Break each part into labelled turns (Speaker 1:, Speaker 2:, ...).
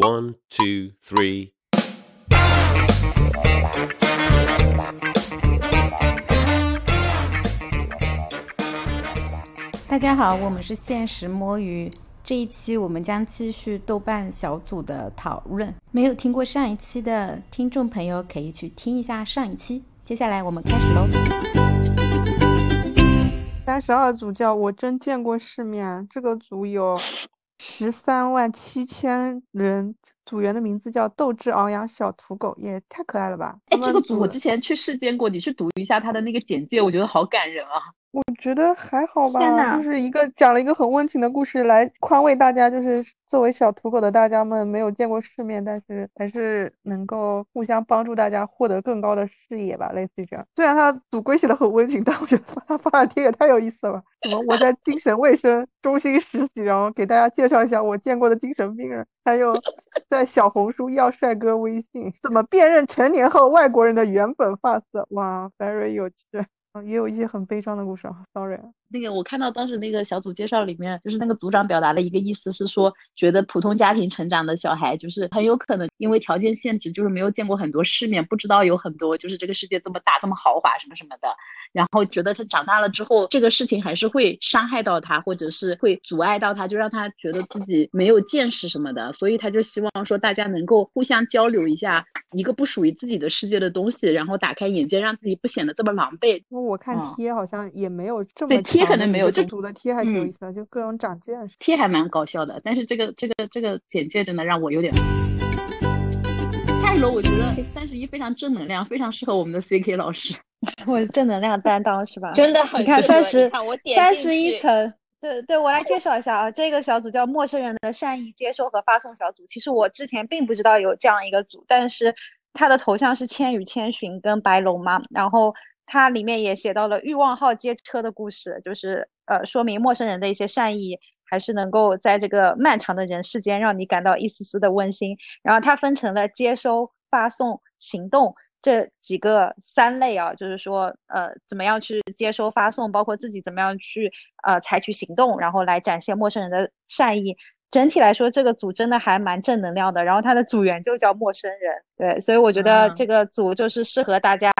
Speaker 1: One, two, three.
Speaker 2: Hello，大家好，我们是现实摸鱼。这一期我们将继续豆瓣小组的讨论。没有听过上一期的听众朋友，可以去听一下上一期。接下来我们开始喽。
Speaker 3: 三十二组叫我真见过世面，这个组有十三万七千人，组员的名字叫斗志昂扬小土狗，也太可爱了吧！他
Speaker 4: 哎，这
Speaker 3: 们
Speaker 4: 个组我
Speaker 3: 的
Speaker 4: 之前去试见过，你去读一下他的那个简介，我觉得好感人啊！
Speaker 3: 我觉得还好
Speaker 4: 天
Speaker 3: 吧，
Speaker 4: 呐
Speaker 3: 就是一个讲了一个很温情的故事来宽慰大家，就是作为小土狗的大家们没有见过世面，但是还是能够互相帮助大家获得更高的视野吧，类似于这样。虽然他组规写的很温情，但我觉得他发的贴也太有意思了吧？什么我在精神卫生中心实习，然后给大家介绍一下我见过的精神病人，还有在小红书要帅哥微信怎么辨认成年后外国人的原本发色，哇，very 有趣。嗯也有一些很悲伤的故事啊，sorry 啊。
Speaker 4: 那个我看到当时那个小组介绍里面，就是那个组长表达的一个意思是说，觉得普通家庭成长的小孩，就是很有可能因为条件限制，就是没有见过很多世面，不知道有很多就是这个世界这么大、这么豪华什么什么的，然后觉得他长大了之后，这个事情还是会伤害到他，或者是会阻碍到他，就让他觉得自己没有见识什么的，所以他就希望说大家能够互相交流一下一个不属于自己的世界的东西，然后打开眼界，让自己不显得这么狼狈。
Speaker 3: 因为我看
Speaker 4: 嗯
Speaker 3: 贴好像也没有这
Speaker 4: 对
Speaker 3: 么
Speaker 4: 贴可
Speaker 3: 强
Speaker 4: 能
Speaker 3: 的
Speaker 4: 没
Speaker 3: 一
Speaker 4: 有
Speaker 3: 个
Speaker 4: 这
Speaker 3: 种族的贴还挺有
Speaker 4: 嗯
Speaker 3: 意思的，就各种长见识。
Speaker 4: 贴还蛮搞笑的，但是这个这个这个简介真的让我有点。下一轮我觉得 三十一非常正能量，非常适合我们的 CK 老师。
Speaker 5: 我是正能量担当是吧？
Speaker 6: 真的很
Speaker 5: 你看
Speaker 6: 适合
Speaker 5: 三十
Speaker 6: 你看我，点
Speaker 5: 三
Speaker 6: 进
Speaker 5: 十一
Speaker 6: 去
Speaker 5: 层。对对，我来介绍一下啊，这个小组叫陌生人的善意接收和发送小组。其实我之前并不知道有这样一个组，但是它的头像是《千与千寻》跟白龙嘛，然后它里面也写到了欲望号街车的故事，就是呃，说明陌生人的一些善意还是能够在这个漫长的人世间让你感到一丝丝的温馨。然后它分成了接收、发送、行动这几个三类啊，就是说，呃，怎么样去接收、发送，包括自己怎么样去呃采取行动，然后来展现陌生人的善意。整体来说，这个组真的还蛮正能量的。然后它的组员就叫陌生人，对，所以我觉得
Speaker 4: 嗯
Speaker 5: 这个组就是适合大家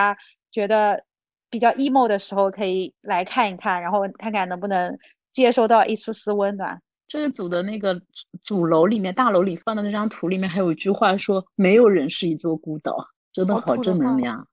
Speaker 5: 觉得比较 emo 的时候可以来看一看，然后看看能不能接收到一丝丝温暖。
Speaker 4: 这个组的那个主楼里面，大楼里放的那张图里面还有一句话说：“没有人是一座孤岛。”真的
Speaker 3: 好
Speaker 4: 好
Speaker 3: 土的
Speaker 4: 正能
Speaker 3: 话
Speaker 4: 量。啊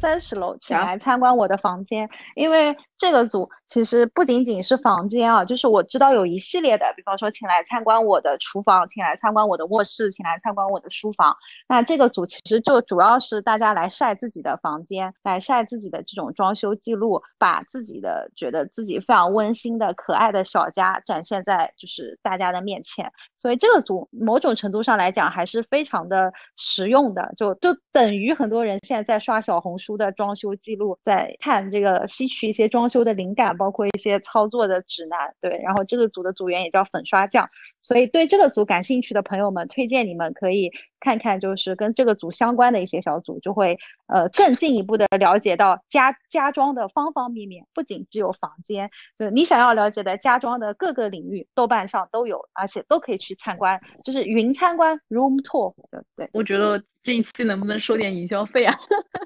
Speaker 5: 三十楼，请
Speaker 4: 然
Speaker 5: 来参观我的房间。因为这个组其实不仅仅是房间啊，就是我知道有一系列的，比方说请来参观我的厨房，请来参观我的卧室，请来参观我的书房。那这个组其实就主要是大家来晒自己的房间，来晒自己的这种装修记录，把自己的觉得自己非常温馨的、可爱的小家展现在就是大家的面前。所以这个组某种程度上来讲还是非常的实用的，就就等于很多人现在在刷小红书的装修记录，在看这个吸取一些装修的灵感，包括一些操作的指南。对，然后这个组的组员也叫粉刷匠，所以对这个组感兴趣的朋友们，推荐你们可以看看，就是跟这个组相关的一些小组，就会呃更进一步的了解到家家装的方方面面，不仅只有房间，就是你想要了解的家装的各个领域，豆瓣上都有，而且都可以去参观，就是云参观 （room tour） 对。对，
Speaker 4: 我觉得这一期能不能收点营销费啊？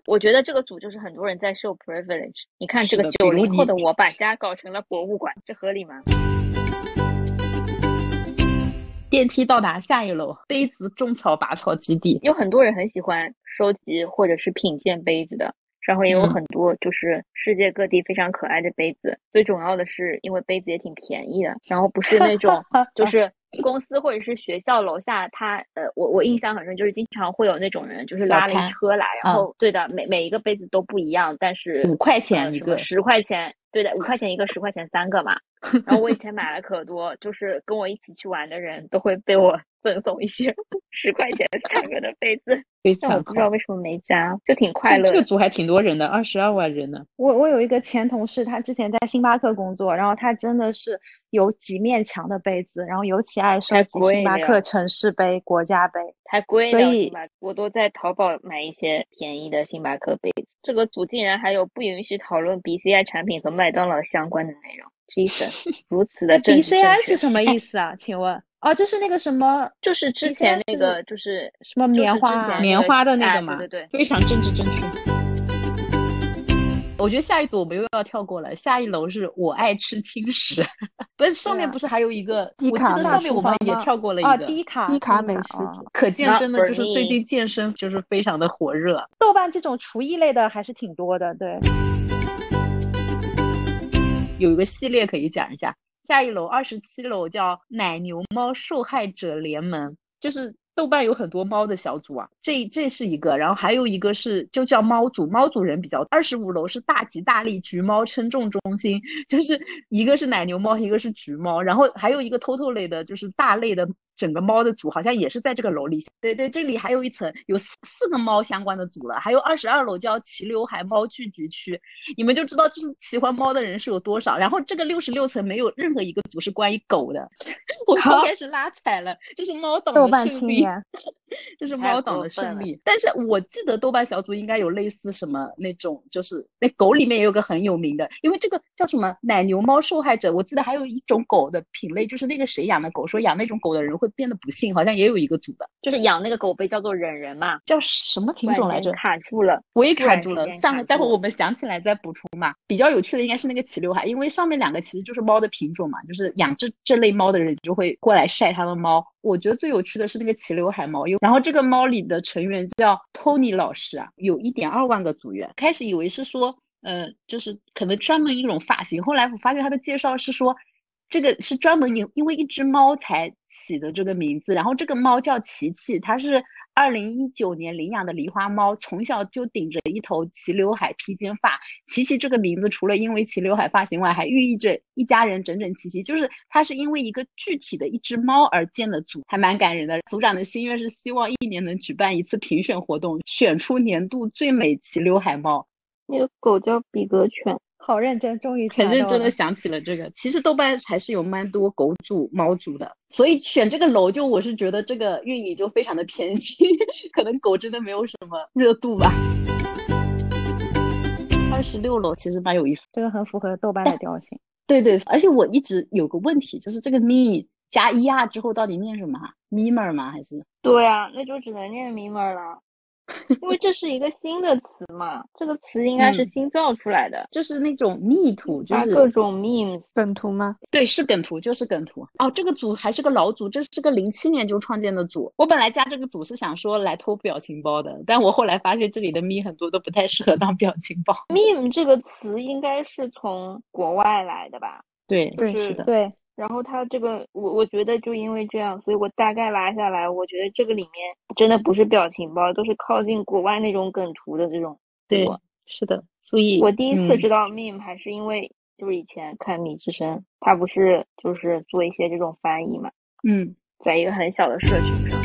Speaker 6: 我觉得这个组就是很多人在受 privilege。你看
Speaker 4: 是
Speaker 6: 这个
Speaker 4: 的比
Speaker 6: 九零
Speaker 4: 如
Speaker 6: 后
Speaker 4: 你
Speaker 6: 的我把家搞成了博物馆，这合理吗？
Speaker 4: 电梯到达下一楼，杯子种草拔草基地。
Speaker 6: 有很多人很喜欢收集或者是品鉴杯子的，然后也有
Speaker 4: 嗯
Speaker 6: 很多就是世界各地非常可爱的杯子。最重要的是，因为杯子也挺便宜的，然后不是 那种就是公司或者是学校楼下它，呃，我我印象很深，就是经常会有那种人就是
Speaker 4: 小
Speaker 6: 拉了
Speaker 4: 摊
Speaker 6: 一车来，
Speaker 4: 嗯
Speaker 6: 然后对的，每每一个杯子都不一样，但是
Speaker 4: 五块钱一个
Speaker 6: 呃十块钱，对的，五块钱一个，十块钱三个嘛。然后我以前买了可多，就是跟我一起去玩的人都会被我赠送一些 十块钱三个的杯子，
Speaker 4: 非
Speaker 6: 但哦我
Speaker 4: 常
Speaker 6: 不知道
Speaker 4: 好。
Speaker 6: 为什么没加，就挺快
Speaker 4: 这
Speaker 6: 乐
Speaker 4: 这个
Speaker 6: 的。
Speaker 4: 组还挺多人的，二十二万人呢。
Speaker 5: 我我有一个前同事，他之前在星巴克工作，然后他真的是有几面墙的杯子，然后尤其爱收
Speaker 6: 太
Speaker 5: 集
Speaker 6: 贵
Speaker 5: 星巴
Speaker 6: 了
Speaker 5: 克城市杯、国家杯。
Speaker 6: 太贵
Speaker 5: 所
Speaker 6: 了，
Speaker 5: 以
Speaker 6: 星巴克我都在淘宝买一些便宜的星巴克杯子。这个组竟然还有不允许讨论 BCI 产品和麦当劳相关的内容， Jesus，如此的
Speaker 5: 那
Speaker 6: 正
Speaker 5: BCI 是
Speaker 6: 么？
Speaker 5: 什么意思啊？请问？哦，就是那个什么
Speaker 6: 就是之
Speaker 5: BCI
Speaker 6: 前那
Speaker 5: 是
Speaker 6: 个就是
Speaker 5: 什么
Speaker 6: 就是
Speaker 5: 棉
Speaker 6: 之
Speaker 5: 花啊
Speaker 6: 前
Speaker 5: 棉
Speaker 4: 棉花的
Speaker 6: 哎
Speaker 4: 那个嘛，
Speaker 6: 对对对，
Speaker 4: 非常政治正确。我觉得下一组我们又要跳过了，下一楼是我爱吃轻食，不是上面
Speaker 5: 啊
Speaker 4: 不是还有一个？
Speaker 3: 低
Speaker 4: 我记
Speaker 3: 卡
Speaker 4: 得
Speaker 3: 大
Speaker 4: 上面
Speaker 5: 厨
Speaker 4: 我们
Speaker 5: 房
Speaker 4: 也
Speaker 5: 吗
Speaker 4: 跳过了一
Speaker 5: 啊，
Speaker 4: 个。
Speaker 5: 低卡
Speaker 3: 低卡
Speaker 5: 低
Speaker 3: 美
Speaker 5: 卡
Speaker 3: 食
Speaker 5: 哦
Speaker 3: 组
Speaker 4: 可见
Speaker 6: Not
Speaker 4: 真的就是
Speaker 6: for
Speaker 4: 最
Speaker 6: me
Speaker 4: 近健身就是非常的火热。
Speaker 5: 豆瓣这种厨艺类的还是挺多的，对。
Speaker 4: 有一个系列可以讲一下。下一楼二十七楼叫“奶牛猫受害者联盟”，就是豆瓣有很多猫的小组啊，这这是一个，然后还有一个是就叫猫组，猫组人比较。二十五楼是大吉大利橘猫称重中心，就是一个是奶牛猫，一个是橘猫，然后还有一个 Toto 类的，就是大类的整个猫的组，好像也是在这个楼里。对对，这里还有一层有四四个猫相关的组了，还有二十二楼叫骑刘海猫聚集区，你们就知道就是喜欢猫的人是有多少。然后这个六十六层没有任何一个组是关于狗的， 我又开始拉踩了，这是猫党
Speaker 5: 豆
Speaker 4: 的
Speaker 5: 瓣 青
Speaker 4: 胜利。
Speaker 5: 年，
Speaker 4: 这是
Speaker 6: 太
Speaker 4: 猫党
Speaker 6: 过
Speaker 4: 的
Speaker 6: 分
Speaker 4: 胜
Speaker 6: 了
Speaker 4: 利。但是我记得豆瓣小组应该有类似什么那种，就是那狗里面也有个很有名的，因为这个叫什么奶牛猫受害者，我记得还有一种狗的品类，就是那个谁养的狗，说养那种狗的人会变得不幸，好像也有一个组的，
Speaker 6: 就是养那个狗被叫做忍人嘛，
Speaker 4: 叫什么品
Speaker 6: 突
Speaker 4: 种
Speaker 6: 然
Speaker 4: 来
Speaker 6: 间
Speaker 4: 着？
Speaker 6: 卡住了。
Speaker 4: 我也
Speaker 6: 突
Speaker 4: 卡
Speaker 6: 然
Speaker 4: 住
Speaker 6: 之
Speaker 4: 了，
Speaker 6: 间
Speaker 4: 上
Speaker 6: 卡
Speaker 4: 面待会
Speaker 6: 住
Speaker 4: 儿
Speaker 6: 了
Speaker 4: 我们想起来再补充嘛。比较有趣的应该是那个齐刘海，因为上面两个其实就是猫的品种嘛，就是养这这类猫的人就会过来晒它的猫。我觉得最有趣的是那个齐刘海猫，有然后这个猫里的成员叫 Tony 老师啊，有一点二万个组员。开始以为是说，呃，就是可能专门一种发型，后来我发现他的介绍是说，这个是专门因因为一只猫才起的这个名字，然后这个猫叫琪琪，它是二零一九年领养的狸花猫，从小就顶着一头齐刘海披肩发。琪琪这个名字除了因为齐刘海发型外，还寓意着一家人整整齐齐，就是它是因为一个具体的一只猫而建的组，还蛮感人的。组长的心愿是希望一年能举办一次评选活动，选出年度最美齐刘海猫。
Speaker 6: 那个狗叫比格犬，
Speaker 5: 好认真，终于查
Speaker 4: 很认
Speaker 5: 到
Speaker 4: 真
Speaker 5: 了
Speaker 4: 的想起了这个。其实豆瓣还是有蛮多狗组、猫组的，所以选这个楼就我是觉得这个运营就非常的偏心， 可能狗真的没有什么热度吧。二十六楼其实蛮有意思的，
Speaker 5: 这个很符合豆瓣的调 性。
Speaker 4: 对对，而且我一直有个问题，就是这个 me 加 er 之后到底念什么啊？memer 吗？还是
Speaker 6: 对啊，那就只能念 mimer 了，因为这是一个新的词嘛，这个词应该是
Speaker 4: 嗯
Speaker 6: 新造出来的，
Speaker 4: 就是那种 me 图，就
Speaker 6: 发
Speaker 4: 是
Speaker 6: 啊各种 memes，
Speaker 3: 梗图吗？
Speaker 4: 对，是梗图，就是梗图。哦，这个组还是个老组，这是个零七年就创建的组。我本来加这个组是想说来偷表情包的，但我后来发现这里的咪很多都不太适合当表情包。
Speaker 6: meme 这个词应该是从国外来的吧？
Speaker 4: 对，
Speaker 3: 对
Speaker 4: 是的，
Speaker 5: 对，
Speaker 6: 然后它这个，我我觉得就因为这样，所以我大概拉下来，我觉得这个里面真的不是表情包，都是靠近国外那种梗图的这种。
Speaker 4: 对，是的。所以
Speaker 6: 我第一次
Speaker 4: 嗯
Speaker 6: 知道 meme 还是因为就是以前看米之声，他不是就是做一些这种翻译嘛，
Speaker 4: 嗯，
Speaker 6: 在一个很小的社 群上。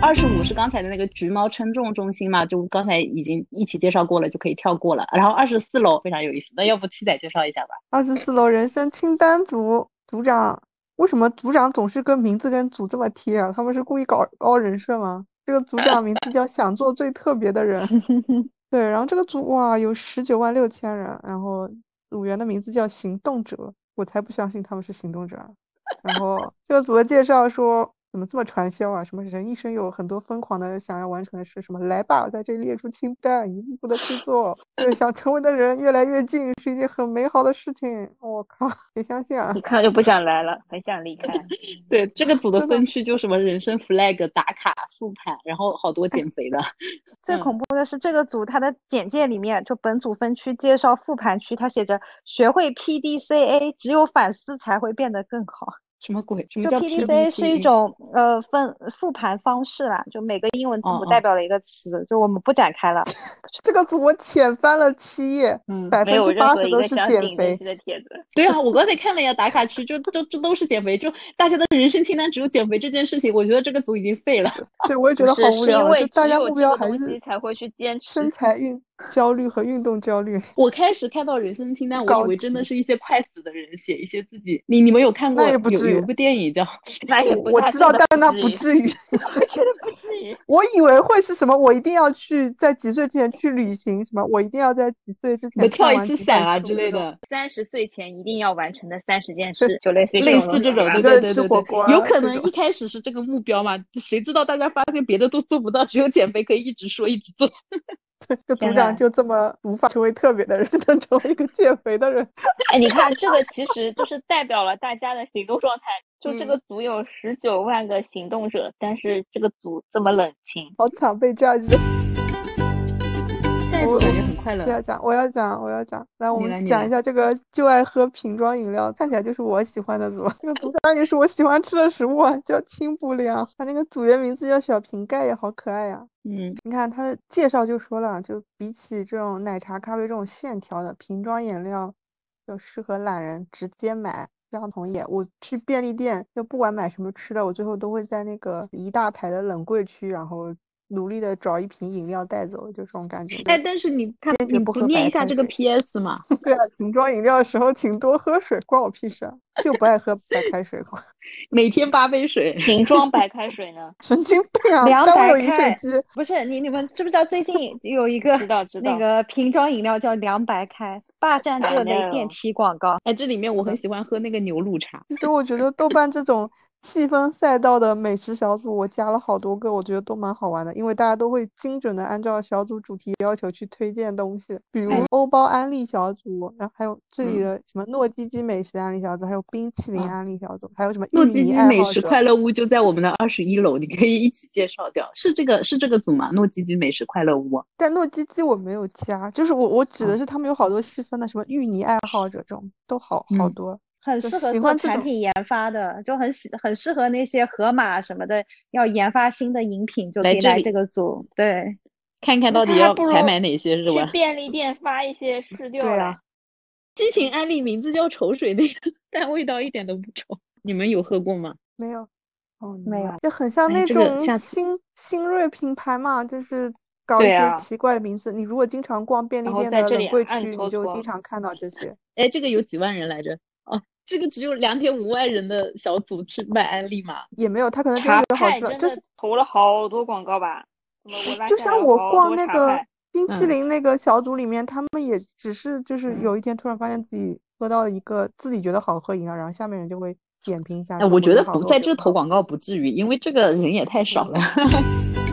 Speaker 4: 二十五是刚才的那个橘猫称重中心嘛，就刚才已经一起介绍过了，就可以跳过了。然后二十四楼非常有意思，那要不七仔介绍一下吧？
Speaker 3: 二十四楼人生清单组组长，为什么组长总是跟名字跟组这么贴啊？他们是故意搞搞人设吗？这个组长名字叫想做最特别的人。对，然后这个组哇有十九万六千人，然后组员的名字叫行动者，我才不相信他们是行动者啊。然后这个组的介绍说，怎么这么传销啊？什么人一生有很多疯狂的想要完成的事，什么来吧，在这里列出清单，一步步的去做，对想成为的人越来越近，是一件很美好的事情。我靠，谁相信啊
Speaker 6: 一？看就不想来了，很想离开。
Speaker 4: 对，这个组的
Speaker 3: 真的
Speaker 4: 分区就什么人生 flag 打卡复盘，然后好多减肥的。
Speaker 5: 最
Speaker 4: 嗯
Speaker 5: 恐怖的是这个组，它的简介里面就本组分区介绍复盘区，它写着学会 PDCA，只有反思才会变得更好。
Speaker 4: 什么鬼？什么
Speaker 5: 就
Speaker 4: 叫
Speaker 5: PDCA 是一
Speaker 4: PDCA
Speaker 5: 种呃分复盘方式啦，就每个英文字
Speaker 4: 哦
Speaker 5: 母
Speaker 4: 哦
Speaker 5: 代表了一个词，就我们不展开了。
Speaker 3: 这个组我浅翻了七页，
Speaker 4: 嗯，
Speaker 3: 百
Speaker 6: 没
Speaker 3: 分
Speaker 6: 有
Speaker 3: 之
Speaker 6: 任
Speaker 3: 八
Speaker 6: 何
Speaker 3: 十
Speaker 6: 一
Speaker 3: 都
Speaker 6: 个
Speaker 3: 是
Speaker 6: 想
Speaker 3: 减
Speaker 6: 顶进
Speaker 3: 肥
Speaker 6: 去。的帖子，
Speaker 4: 对啊，我刚才看了一下打卡区，就就这都是减肥，就大家的人生清单只有减肥这件事情，我觉得这个组已经废了。
Speaker 3: 对，我也觉
Speaker 6: 不
Speaker 3: 得
Speaker 6: 是
Speaker 3: 好无
Speaker 6: 是
Speaker 3: 聊
Speaker 6: 因
Speaker 3: 啊，
Speaker 6: 为
Speaker 3: 就大
Speaker 6: 只
Speaker 3: 家
Speaker 6: 有
Speaker 3: 目
Speaker 6: 这
Speaker 3: 标
Speaker 6: 个
Speaker 3: 还
Speaker 6: 东西
Speaker 3: 是
Speaker 6: 才会去坚持
Speaker 3: 身。材运焦虑和运动焦虑。
Speaker 4: 我开始看到人生清单，我
Speaker 3: 高
Speaker 4: 以为真的
Speaker 3: 级
Speaker 4: 是一些快死的人写一些自己。你你们有看
Speaker 3: 那
Speaker 4: 过
Speaker 3: 也不
Speaker 4: 有
Speaker 3: 至于
Speaker 4: 有部电影叫
Speaker 6: 那也不
Speaker 3: 我
Speaker 6: 那
Speaker 3: 知
Speaker 6: 真
Speaker 3: 道，
Speaker 6: 的
Speaker 3: 但那
Speaker 6: 不
Speaker 3: 不至于。
Speaker 6: 我觉得不至于。
Speaker 3: 我以为会是什么，我一定要去在几岁之前去旅行，什么我一定要在几岁之
Speaker 4: 什么
Speaker 3: 前
Speaker 4: 跳
Speaker 3: 看
Speaker 4: 一
Speaker 3: 完
Speaker 4: 次
Speaker 3: 几
Speaker 4: 伞
Speaker 3: 本
Speaker 4: 啊
Speaker 3: 书
Speaker 4: 之类
Speaker 3: 这种。
Speaker 4: 的，
Speaker 6: 三十岁前一定要完成的三十件事，就类似于
Speaker 4: 类
Speaker 6: 种
Speaker 4: 似这
Speaker 6: 东
Speaker 4: 种
Speaker 3: 一个
Speaker 4: 对
Speaker 6: 西，吧
Speaker 4: 对
Speaker 3: 人
Speaker 4: 对
Speaker 3: 吃
Speaker 4: 对
Speaker 3: 火
Speaker 4: 对
Speaker 3: 锅，啊
Speaker 4: 有可
Speaker 3: 这
Speaker 4: 能
Speaker 3: 种
Speaker 4: 一开始是这个目标嘛，谁知道大家发现别的都做不到，只有减肥可以一直说一直做。
Speaker 3: 就
Speaker 6: 天
Speaker 3: 组长
Speaker 6: 呐
Speaker 3: 就这么无法成为特别的人， 能成为一个减肥的人。
Speaker 6: 哎，你看这个其实就是代表了大家的行动状态。就这
Speaker 3: 嗯
Speaker 6: 个组有十九万个行动者，但是这个组这么冷清，
Speaker 3: 好惨，被 judge。
Speaker 4: 下一组
Speaker 3: 我
Speaker 4: 感觉很快乐
Speaker 3: 不，要讲，我要讲，我要讲。来，我
Speaker 4: 你
Speaker 3: 们
Speaker 4: 来你
Speaker 3: 讲
Speaker 4: 来
Speaker 3: 一下这个就爱喝瓶装饮料，看起来就是我喜欢的组。 这个组长也是我喜欢吃的食物，啊，叫清补凉。它那个组员名字叫小瓶盖，也好可爱呀、
Speaker 4: 嗯，
Speaker 3: 你看它介绍就说了，啊就比起这种奶茶、咖啡这种线条的瓶装饮料，就适合懒人直接买。这样同意，我去便利店，就不管买什么吃的，我最后都会在那个一大排的冷柜区，然后努力的找一瓶饮料带走，就这种感觉。就
Speaker 4: 哎，但是你看
Speaker 3: 坚，决
Speaker 4: 你
Speaker 3: 不
Speaker 4: 不
Speaker 3: 喝
Speaker 4: 念
Speaker 3: 白
Speaker 4: 一下
Speaker 3: 开
Speaker 4: 这个
Speaker 3: 水
Speaker 4: PS 吗？
Speaker 3: 对啊，瓶装饮料的时候请多喝水，关我屁事啊！就不爱喝白开水，
Speaker 4: 每天八杯水，
Speaker 6: 瓶装白开水呢？
Speaker 3: 神经病啊！
Speaker 5: 凉
Speaker 3: 单位
Speaker 5: 白
Speaker 3: 有饮水
Speaker 5: 开
Speaker 3: 机，
Speaker 5: 不是你你们知不知道最近有一个
Speaker 6: 知道知道
Speaker 5: 那个瓶装饮料叫凉白开，霸占
Speaker 6: 哎
Speaker 5: 各类
Speaker 6: ，no
Speaker 5: 电梯广告。
Speaker 4: 哎，这里面我很喜欢喝那个牛乳茶，
Speaker 3: 其实我觉得豆瓣这种细分赛道的美食小组，我加了好多个，我觉得都蛮好玩的，因为大家都会精准的按照小组主题要求去推荐东西，比如
Speaker 4: 哎
Speaker 3: 欧包安利小组，然后还有这里
Speaker 4: 嗯
Speaker 3: 的什么糯鸡鸡美食安利小组，还有冰淇淋
Speaker 4: 啊
Speaker 3: 安利小组，还有什么
Speaker 4: 糯
Speaker 3: 芋
Speaker 4: 鸡
Speaker 3: 泥
Speaker 4: 鸡
Speaker 3: 嗯爱
Speaker 4: 美
Speaker 3: 好
Speaker 4: 食
Speaker 3: 者。
Speaker 4: 快乐屋就在我们的二十一楼，你可以一起介绍掉。是这个是这个组吗？糯鸡鸡美食快乐屋。
Speaker 3: 但糯鸡鸡我没有加，就是我我指
Speaker 4: 啊
Speaker 3: 的
Speaker 6: 嗯
Speaker 3: 是他们有好多细分的，什么芋泥爱好者这种都好好
Speaker 4: 嗯
Speaker 3: 多。
Speaker 5: 很
Speaker 3: 就
Speaker 5: 适合
Speaker 3: 喜
Speaker 5: 做
Speaker 3: 欢这
Speaker 5: 产
Speaker 3: 种
Speaker 5: 品研发的，就很喜很适合那些盒马什么的，要研发新的饮品就可
Speaker 4: 来
Speaker 5: 以
Speaker 4: 这
Speaker 5: 来
Speaker 4: 里嗯
Speaker 5: 这个组。对，
Speaker 4: 看看
Speaker 6: 那
Speaker 4: 到底
Speaker 6: 他还
Speaker 4: 要
Speaker 6: 不
Speaker 4: 采
Speaker 6: 如
Speaker 4: 买哪些 是
Speaker 6: 去
Speaker 4: 吧？
Speaker 6: 便利店发一些试调
Speaker 3: 对
Speaker 6: 来。
Speaker 3: 啊
Speaker 4: 激情安利名字叫丑水那个，但味道一点都不丑。你们有喝过吗？
Speaker 3: 没有，哦，
Speaker 5: 没有
Speaker 3: 就很像
Speaker 4: 哎
Speaker 3: 那
Speaker 4: 这个
Speaker 3: 种
Speaker 4: 下次
Speaker 3: 新新锐品牌嘛，就是搞一
Speaker 6: 对
Speaker 3: 些
Speaker 6: 啊
Speaker 3: 奇怪的名字。你如果经常逛便利
Speaker 6: 然后
Speaker 3: 店
Speaker 6: 在
Speaker 3: 的
Speaker 6: 这
Speaker 3: 冷
Speaker 6: 里
Speaker 3: 柜
Speaker 6: 暗
Speaker 3: 区，
Speaker 6: 搓
Speaker 3: 你就
Speaker 6: 搓
Speaker 3: 经常看到这些。
Speaker 4: 哎，这个有几万人来着？哦，这个只有两点五万人的小组去卖安利嘛？
Speaker 3: 也没有，他可能真
Speaker 6: 茶
Speaker 3: 的觉得好
Speaker 6: 派
Speaker 3: 吃了，
Speaker 6: 真
Speaker 3: 就
Speaker 6: 的
Speaker 3: 是
Speaker 6: 投了好多广告吧？怎么我拉
Speaker 3: 就
Speaker 6: 下来
Speaker 3: 像
Speaker 6: 有
Speaker 3: 我
Speaker 6: 好
Speaker 3: 逛
Speaker 6: 多
Speaker 3: 那
Speaker 6: 茶
Speaker 3: 个
Speaker 6: 派
Speaker 3: 冰淇
Speaker 4: 嗯
Speaker 3: 淋那个小组里面，他们也只是就是有
Speaker 6: 嗯
Speaker 3: 一天突然发现自己喝到了一个自己觉得好喝饮料，然后下面人就会点评一下，
Speaker 4: 哎，
Speaker 3: 说
Speaker 4: 我
Speaker 3: 我
Speaker 4: 觉
Speaker 3: 觉
Speaker 4: 得
Speaker 3: 得好
Speaker 4: 不
Speaker 3: 喝，我
Speaker 4: 在
Speaker 3: 觉
Speaker 4: 这
Speaker 3: 得不好
Speaker 4: 投广告不至于，因为这个人也太少了。
Speaker 3: 嗯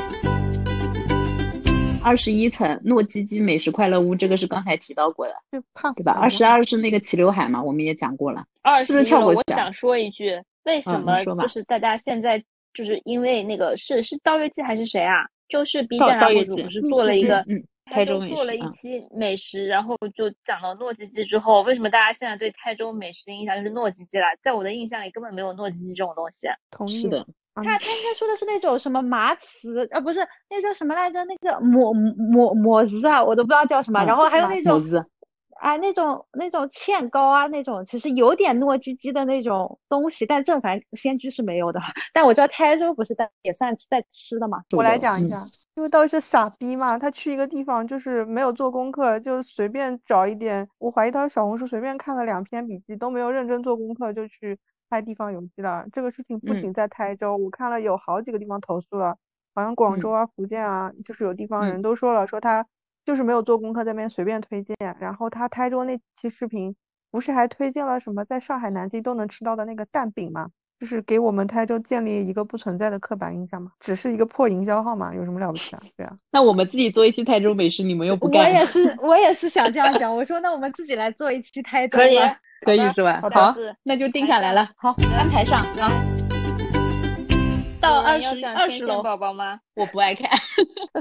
Speaker 4: 二十一层糯鸡鸡美食快乐屋，这个是刚才提到过的，
Speaker 3: 就 pass
Speaker 4: 对吧？
Speaker 3: 掉
Speaker 4: 二
Speaker 3: 了
Speaker 4: 十二是那个齐刘海嘛，我们也讲过了。
Speaker 6: 二
Speaker 4: 是
Speaker 6: 十
Speaker 4: 不是
Speaker 6: 一
Speaker 4: 跳
Speaker 6: 了，
Speaker 4: 过
Speaker 6: 我
Speaker 4: 去啊
Speaker 6: 想说一句，为什
Speaker 4: 嗯你
Speaker 6: 么
Speaker 4: 说吧
Speaker 6: 就是大家现在就是因为那个是是道月季还是谁啊？就是 B
Speaker 4: 道
Speaker 6: 站
Speaker 4: 道
Speaker 6: 栏
Speaker 4: 月
Speaker 6: 目组
Speaker 4: 季
Speaker 6: 不是
Speaker 3: 蜜
Speaker 6: 做
Speaker 3: 汁
Speaker 6: 了一
Speaker 3: 鸡
Speaker 6: 个，
Speaker 4: 嗯，
Speaker 6: 他
Speaker 4: 台
Speaker 6: 就
Speaker 4: 州美
Speaker 6: 做
Speaker 4: 食
Speaker 6: 了一
Speaker 4: 啊，
Speaker 6: 期美食，然后就讲到糯叽叽之后，为什么大家现在对台州美食印象就是糯叽叽啦？在我的印象里根本没有糯叽叽这种东西。
Speaker 3: 同
Speaker 4: 是
Speaker 3: 意。
Speaker 4: 的，
Speaker 3: 啊
Speaker 5: 他他应该说的是那种什么麻糍，呃，不是那叫什么来着？那个抹抹抹子啊，我都不知道叫什么。
Speaker 4: 嗯
Speaker 5: 然后还有
Speaker 3: 麻
Speaker 5: 那
Speaker 4: 某
Speaker 5: 种
Speaker 4: 子，
Speaker 5: 啊，那种那种嵌糕啊，那种其实有点糯叽叽的那种东西，但正反仙居是没有的。 但我知道台州不是在也算是在吃的嘛。
Speaker 3: 我来
Speaker 4: 主流
Speaker 3: 讲一
Speaker 4: 嗯
Speaker 3: 下，因为道是傻逼嘛，他去一个地方就是没有做功课，就是随便找一点。我怀疑他是小红书随便看了两篇笔记，都没有认真做功课就去拍地方游记了。这个事情不
Speaker 4: 嗯
Speaker 3: 仅在台州，我看了有好几个地方投诉了，好像广
Speaker 4: 嗯
Speaker 3: 州啊、福建啊，就是有地方
Speaker 4: 嗯
Speaker 3: 人都说了，说他就是没有做功课，在那边随便推荐。然后他台州那期视频不是还推荐了什么在上海、南京都能吃到的那个蛋饼吗？就是给我们台州建立一个不存在的刻板印象嘛，只是一个破营销号嘛，有什么了不起啊？对啊，
Speaker 4: 那我们自己做一期台州美食，你们又不
Speaker 5: 我
Speaker 4: 干，
Speaker 5: 也是，我也是想这样讲。我说，那我们自己来做一期台州
Speaker 6: 可以
Speaker 5: 吧。
Speaker 4: 可以啊
Speaker 6: 吧
Speaker 4: 是吧
Speaker 3: 好？
Speaker 6: 下
Speaker 4: 好
Speaker 6: 次，
Speaker 4: 那就定
Speaker 6: 排
Speaker 4: 下来
Speaker 6: 上
Speaker 4: 了。好，安排上，
Speaker 5: 啊
Speaker 4: 然后到
Speaker 6: 有人
Speaker 4: 二
Speaker 6: 要
Speaker 4: 十
Speaker 6: 讲
Speaker 4: 二
Speaker 6: 天
Speaker 4: 十
Speaker 6: 线
Speaker 4: 楼，
Speaker 6: 宝宝吗？
Speaker 4: 我不爱看，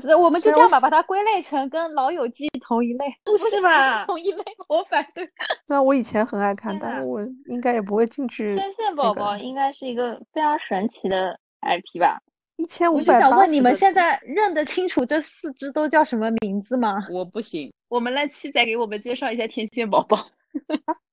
Speaker 5: 呃我们就
Speaker 3: 虽然
Speaker 5: 这样
Speaker 3: 我
Speaker 5: 吧，
Speaker 3: 喜
Speaker 5: 把它归类成跟《老友记》同一类。
Speaker 6: 不是吧？
Speaker 4: 同一类，我反对。
Speaker 3: 虽然我以前很爱看，
Speaker 6: 天
Speaker 3: 但
Speaker 5: 啊
Speaker 6: 呐
Speaker 3: 是我应该也不会进去
Speaker 6: 天
Speaker 4: 嗯
Speaker 6: 线
Speaker 3: 那
Speaker 6: 宝宝
Speaker 3: 个
Speaker 6: 应该是一个非常神奇的 IP 吧？
Speaker 3: 一千
Speaker 5: 我
Speaker 3: 五
Speaker 5: 就
Speaker 3: 百
Speaker 5: 想
Speaker 3: 八
Speaker 5: 问你
Speaker 3: 十
Speaker 5: 们
Speaker 3: 个
Speaker 5: 现
Speaker 3: 字。
Speaker 5: 在认得清楚这四只都叫什么名字吗？
Speaker 4: 我不行，我们来七仔给我们介绍一下天线宝宝。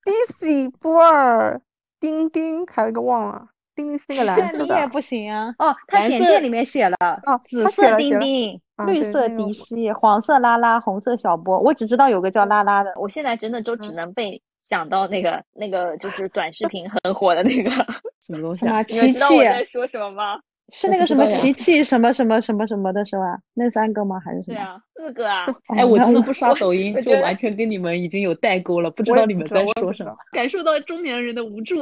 Speaker 3: Dizzy 波儿、丁丁，还有一个忘了，丁丁是那个蓝
Speaker 5: 但
Speaker 3: 色
Speaker 5: 你也
Speaker 3: 的
Speaker 5: 不行啊。哦，它
Speaker 4: 蓝
Speaker 5: 简
Speaker 4: 色
Speaker 5: 介里面写了
Speaker 3: 哦，
Speaker 5: 紫
Speaker 3: 他写
Speaker 5: 色
Speaker 3: 了写
Speaker 5: 丁
Speaker 3: 了
Speaker 5: 丁，
Speaker 3: 啊
Speaker 5: 绿
Speaker 3: 对
Speaker 5: 色
Speaker 3: 那个
Speaker 5: 迪西、黄色拉拉、红色小波，我只知道有个叫拉拉的。
Speaker 6: 我现在真的就
Speaker 4: 嗯
Speaker 6: 只能被想到那个那个就是短视频很火的 那个，
Speaker 4: 什么东西
Speaker 5: 什么
Speaker 4: 啊？
Speaker 6: 你们
Speaker 5: 琪
Speaker 6: 知道我
Speaker 5: 琪
Speaker 6: 在说什么吗？
Speaker 5: 是
Speaker 4: 我
Speaker 5: 那
Speaker 4: 不
Speaker 5: 个
Speaker 4: 知
Speaker 5: 什么
Speaker 4: 道呀
Speaker 5: 琪琪什么什么什么什么的是吧？那三个吗？还是什
Speaker 6: 对
Speaker 5: 么？
Speaker 6: 啊，四个啊，
Speaker 5: 哦
Speaker 4: 哎，我
Speaker 5: 那
Speaker 4: 真的
Speaker 5: 我
Speaker 4: 不刷抖音，
Speaker 6: 我
Speaker 4: 就
Speaker 6: 觉得
Speaker 4: 完全跟你们已经有代沟了，不知
Speaker 3: 我也
Speaker 4: 道你
Speaker 3: 不
Speaker 4: 们
Speaker 3: 知道
Speaker 4: 在
Speaker 3: 我也
Speaker 4: 说
Speaker 3: 不
Speaker 4: 什
Speaker 3: 知
Speaker 4: 么
Speaker 3: 道，
Speaker 4: 感受到中年人的无助。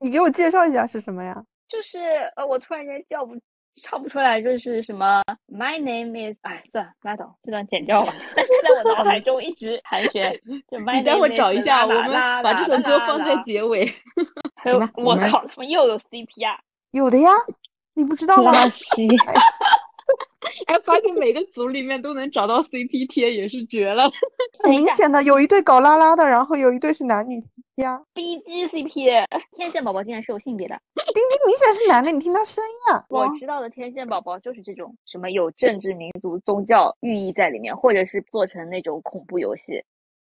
Speaker 3: 你给我介绍一下是什么呀？
Speaker 6: 就是呃，我突然间叫不唱不出来，就是什么 My name is，哎，算了，拉倒，这段剪掉吧。但是在我脑海中一直盘 旋，就 My
Speaker 4: 你待会
Speaker 6: name
Speaker 4: 儿找
Speaker 6: is
Speaker 4: 一下，
Speaker 6: 啦
Speaker 4: 我
Speaker 6: 啦
Speaker 4: 们
Speaker 6: 啦
Speaker 4: 把
Speaker 6: 啦
Speaker 4: 这首
Speaker 6: 啦
Speaker 4: 歌
Speaker 6: 啦
Speaker 4: 放在
Speaker 6: 啦
Speaker 4: 结尾。
Speaker 6: 还有
Speaker 5: 行吧我
Speaker 6: 我
Speaker 5: 们
Speaker 6: 靠，他们又有 CPR，
Speaker 3: 有的呀，你不知道吗？
Speaker 5: 拉稀。
Speaker 4: 哎，发现每个组里面都能找到 CP 贴，也是绝了。
Speaker 3: 很
Speaker 6: 等一
Speaker 3: 明
Speaker 6: 下
Speaker 3: 显的，有一对搞拉拉的，然后有一对是男女呀。
Speaker 6: ，BG CP，天线宝宝竟然是有性别的。
Speaker 3: 丁丁明显是男的，你听他声音啊。
Speaker 6: 我知道的天线宝宝就是这种什么有政治、民族、宗教寓意在里面，或者是做成那种恐怖游戏，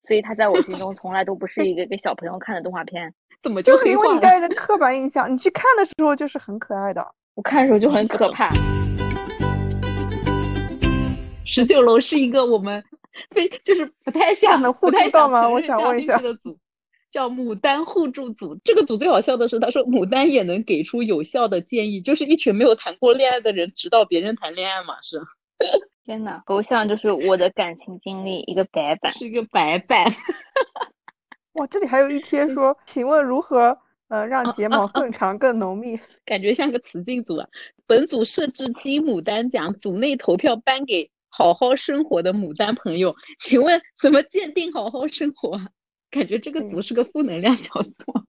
Speaker 6: 所以它在我心中从来都不是 一个给小朋友看的动画片。
Speaker 4: 怎么就
Speaker 3: 就是
Speaker 4: 黑
Speaker 3: 因为
Speaker 4: 化
Speaker 3: 你
Speaker 4: 了？
Speaker 3: 带着刻板印象，你去看的时候就是很可爱的。
Speaker 6: 我看的时候就很可怕。
Speaker 4: 十九楼是一个我们非就是不太
Speaker 3: 这
Speaker 4: 想
Speaker 3: 能
Speaker 4: 不
Speaker 3: 互
Speaker 4: 太
Speaker 3: 助到
Speaker 4: 想
Speaker 3: 吗我
Speaker 4: 承认
Speaker 3: 想
Speaker 4: 加
Speaker 3: 问一
Speaker 4: 进
Speaker 3: 下
Speaker 4: 去的组，叫牡丹互助组。这个组最好笑的是，他说牡丹也能给出有效的建议，就是一群没有谈过恋爱的人指导别人谈恋爱嘛，是
Speaker 6: 天呐，头像就是我的感情经历一个白板。
Speaker 4: 是一个白板。
Speaker 3: 哇，这里还有一贴说，请问如何呃让睫毛更长更浓密？
Speaker 4: 感觉像个雌竞组啊。本组设置金牡丹奖，组内投票颁给好好生活的牡丹朋友。请问怎么鉴定好好生活啊？感觉这个组是个负能量小组，啊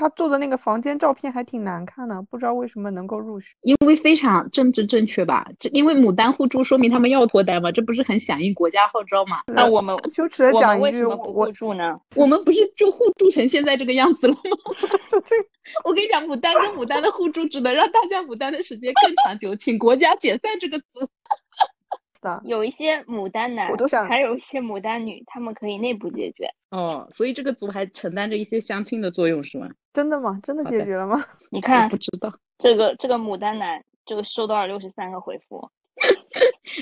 Speaker 3: 他做的那个房间照片还挺难看的，不知道为什么能够入选。
Speaker 4: 因为非常政治正确吧？这因为牡丹互助，说明他们要脱单嘛，这不是很响应国家号召嘛？
Speaker 6: 那我们
Speaker 3: 羞耻的
Speaker 6: 我
Speaker 3: 讲
Speaker 6: 们
Speaker 3: 一
Speaker 6: 为什
Speaker 3: 句，我
Speaker 6: 么不互
Speaker 3: 我
Speaker 6: 助呢？
Speaker 4: 我们不是就互助成现在这个样子了吗？ 我跟你讲，牡丹跟牡丹的互助，只能让大家牡丹的时间更长久，请国家解散这个组。
Speaker 3: 的
Speaker 6: 有一些牡丹男，
Speaker 3: 我都想
Speaker 6: 还有一些牡丹女，他们可以内部解决。
Speaker 4: 哦，所以这个组还承担着一些相亲的作用，是吗？
Speaker 3: 真的吗？真的
Speaker 4: 好
Speaker 3: 解
Speaker 4: 的
Speaker 3: 决了吗？
Speaker 6: 你
Speaker 4: 我
Speaker 6: 看
Speaker 4: 不知道。
Speaker 6: 这个这个牡丹男，这个收到了六十三个回复，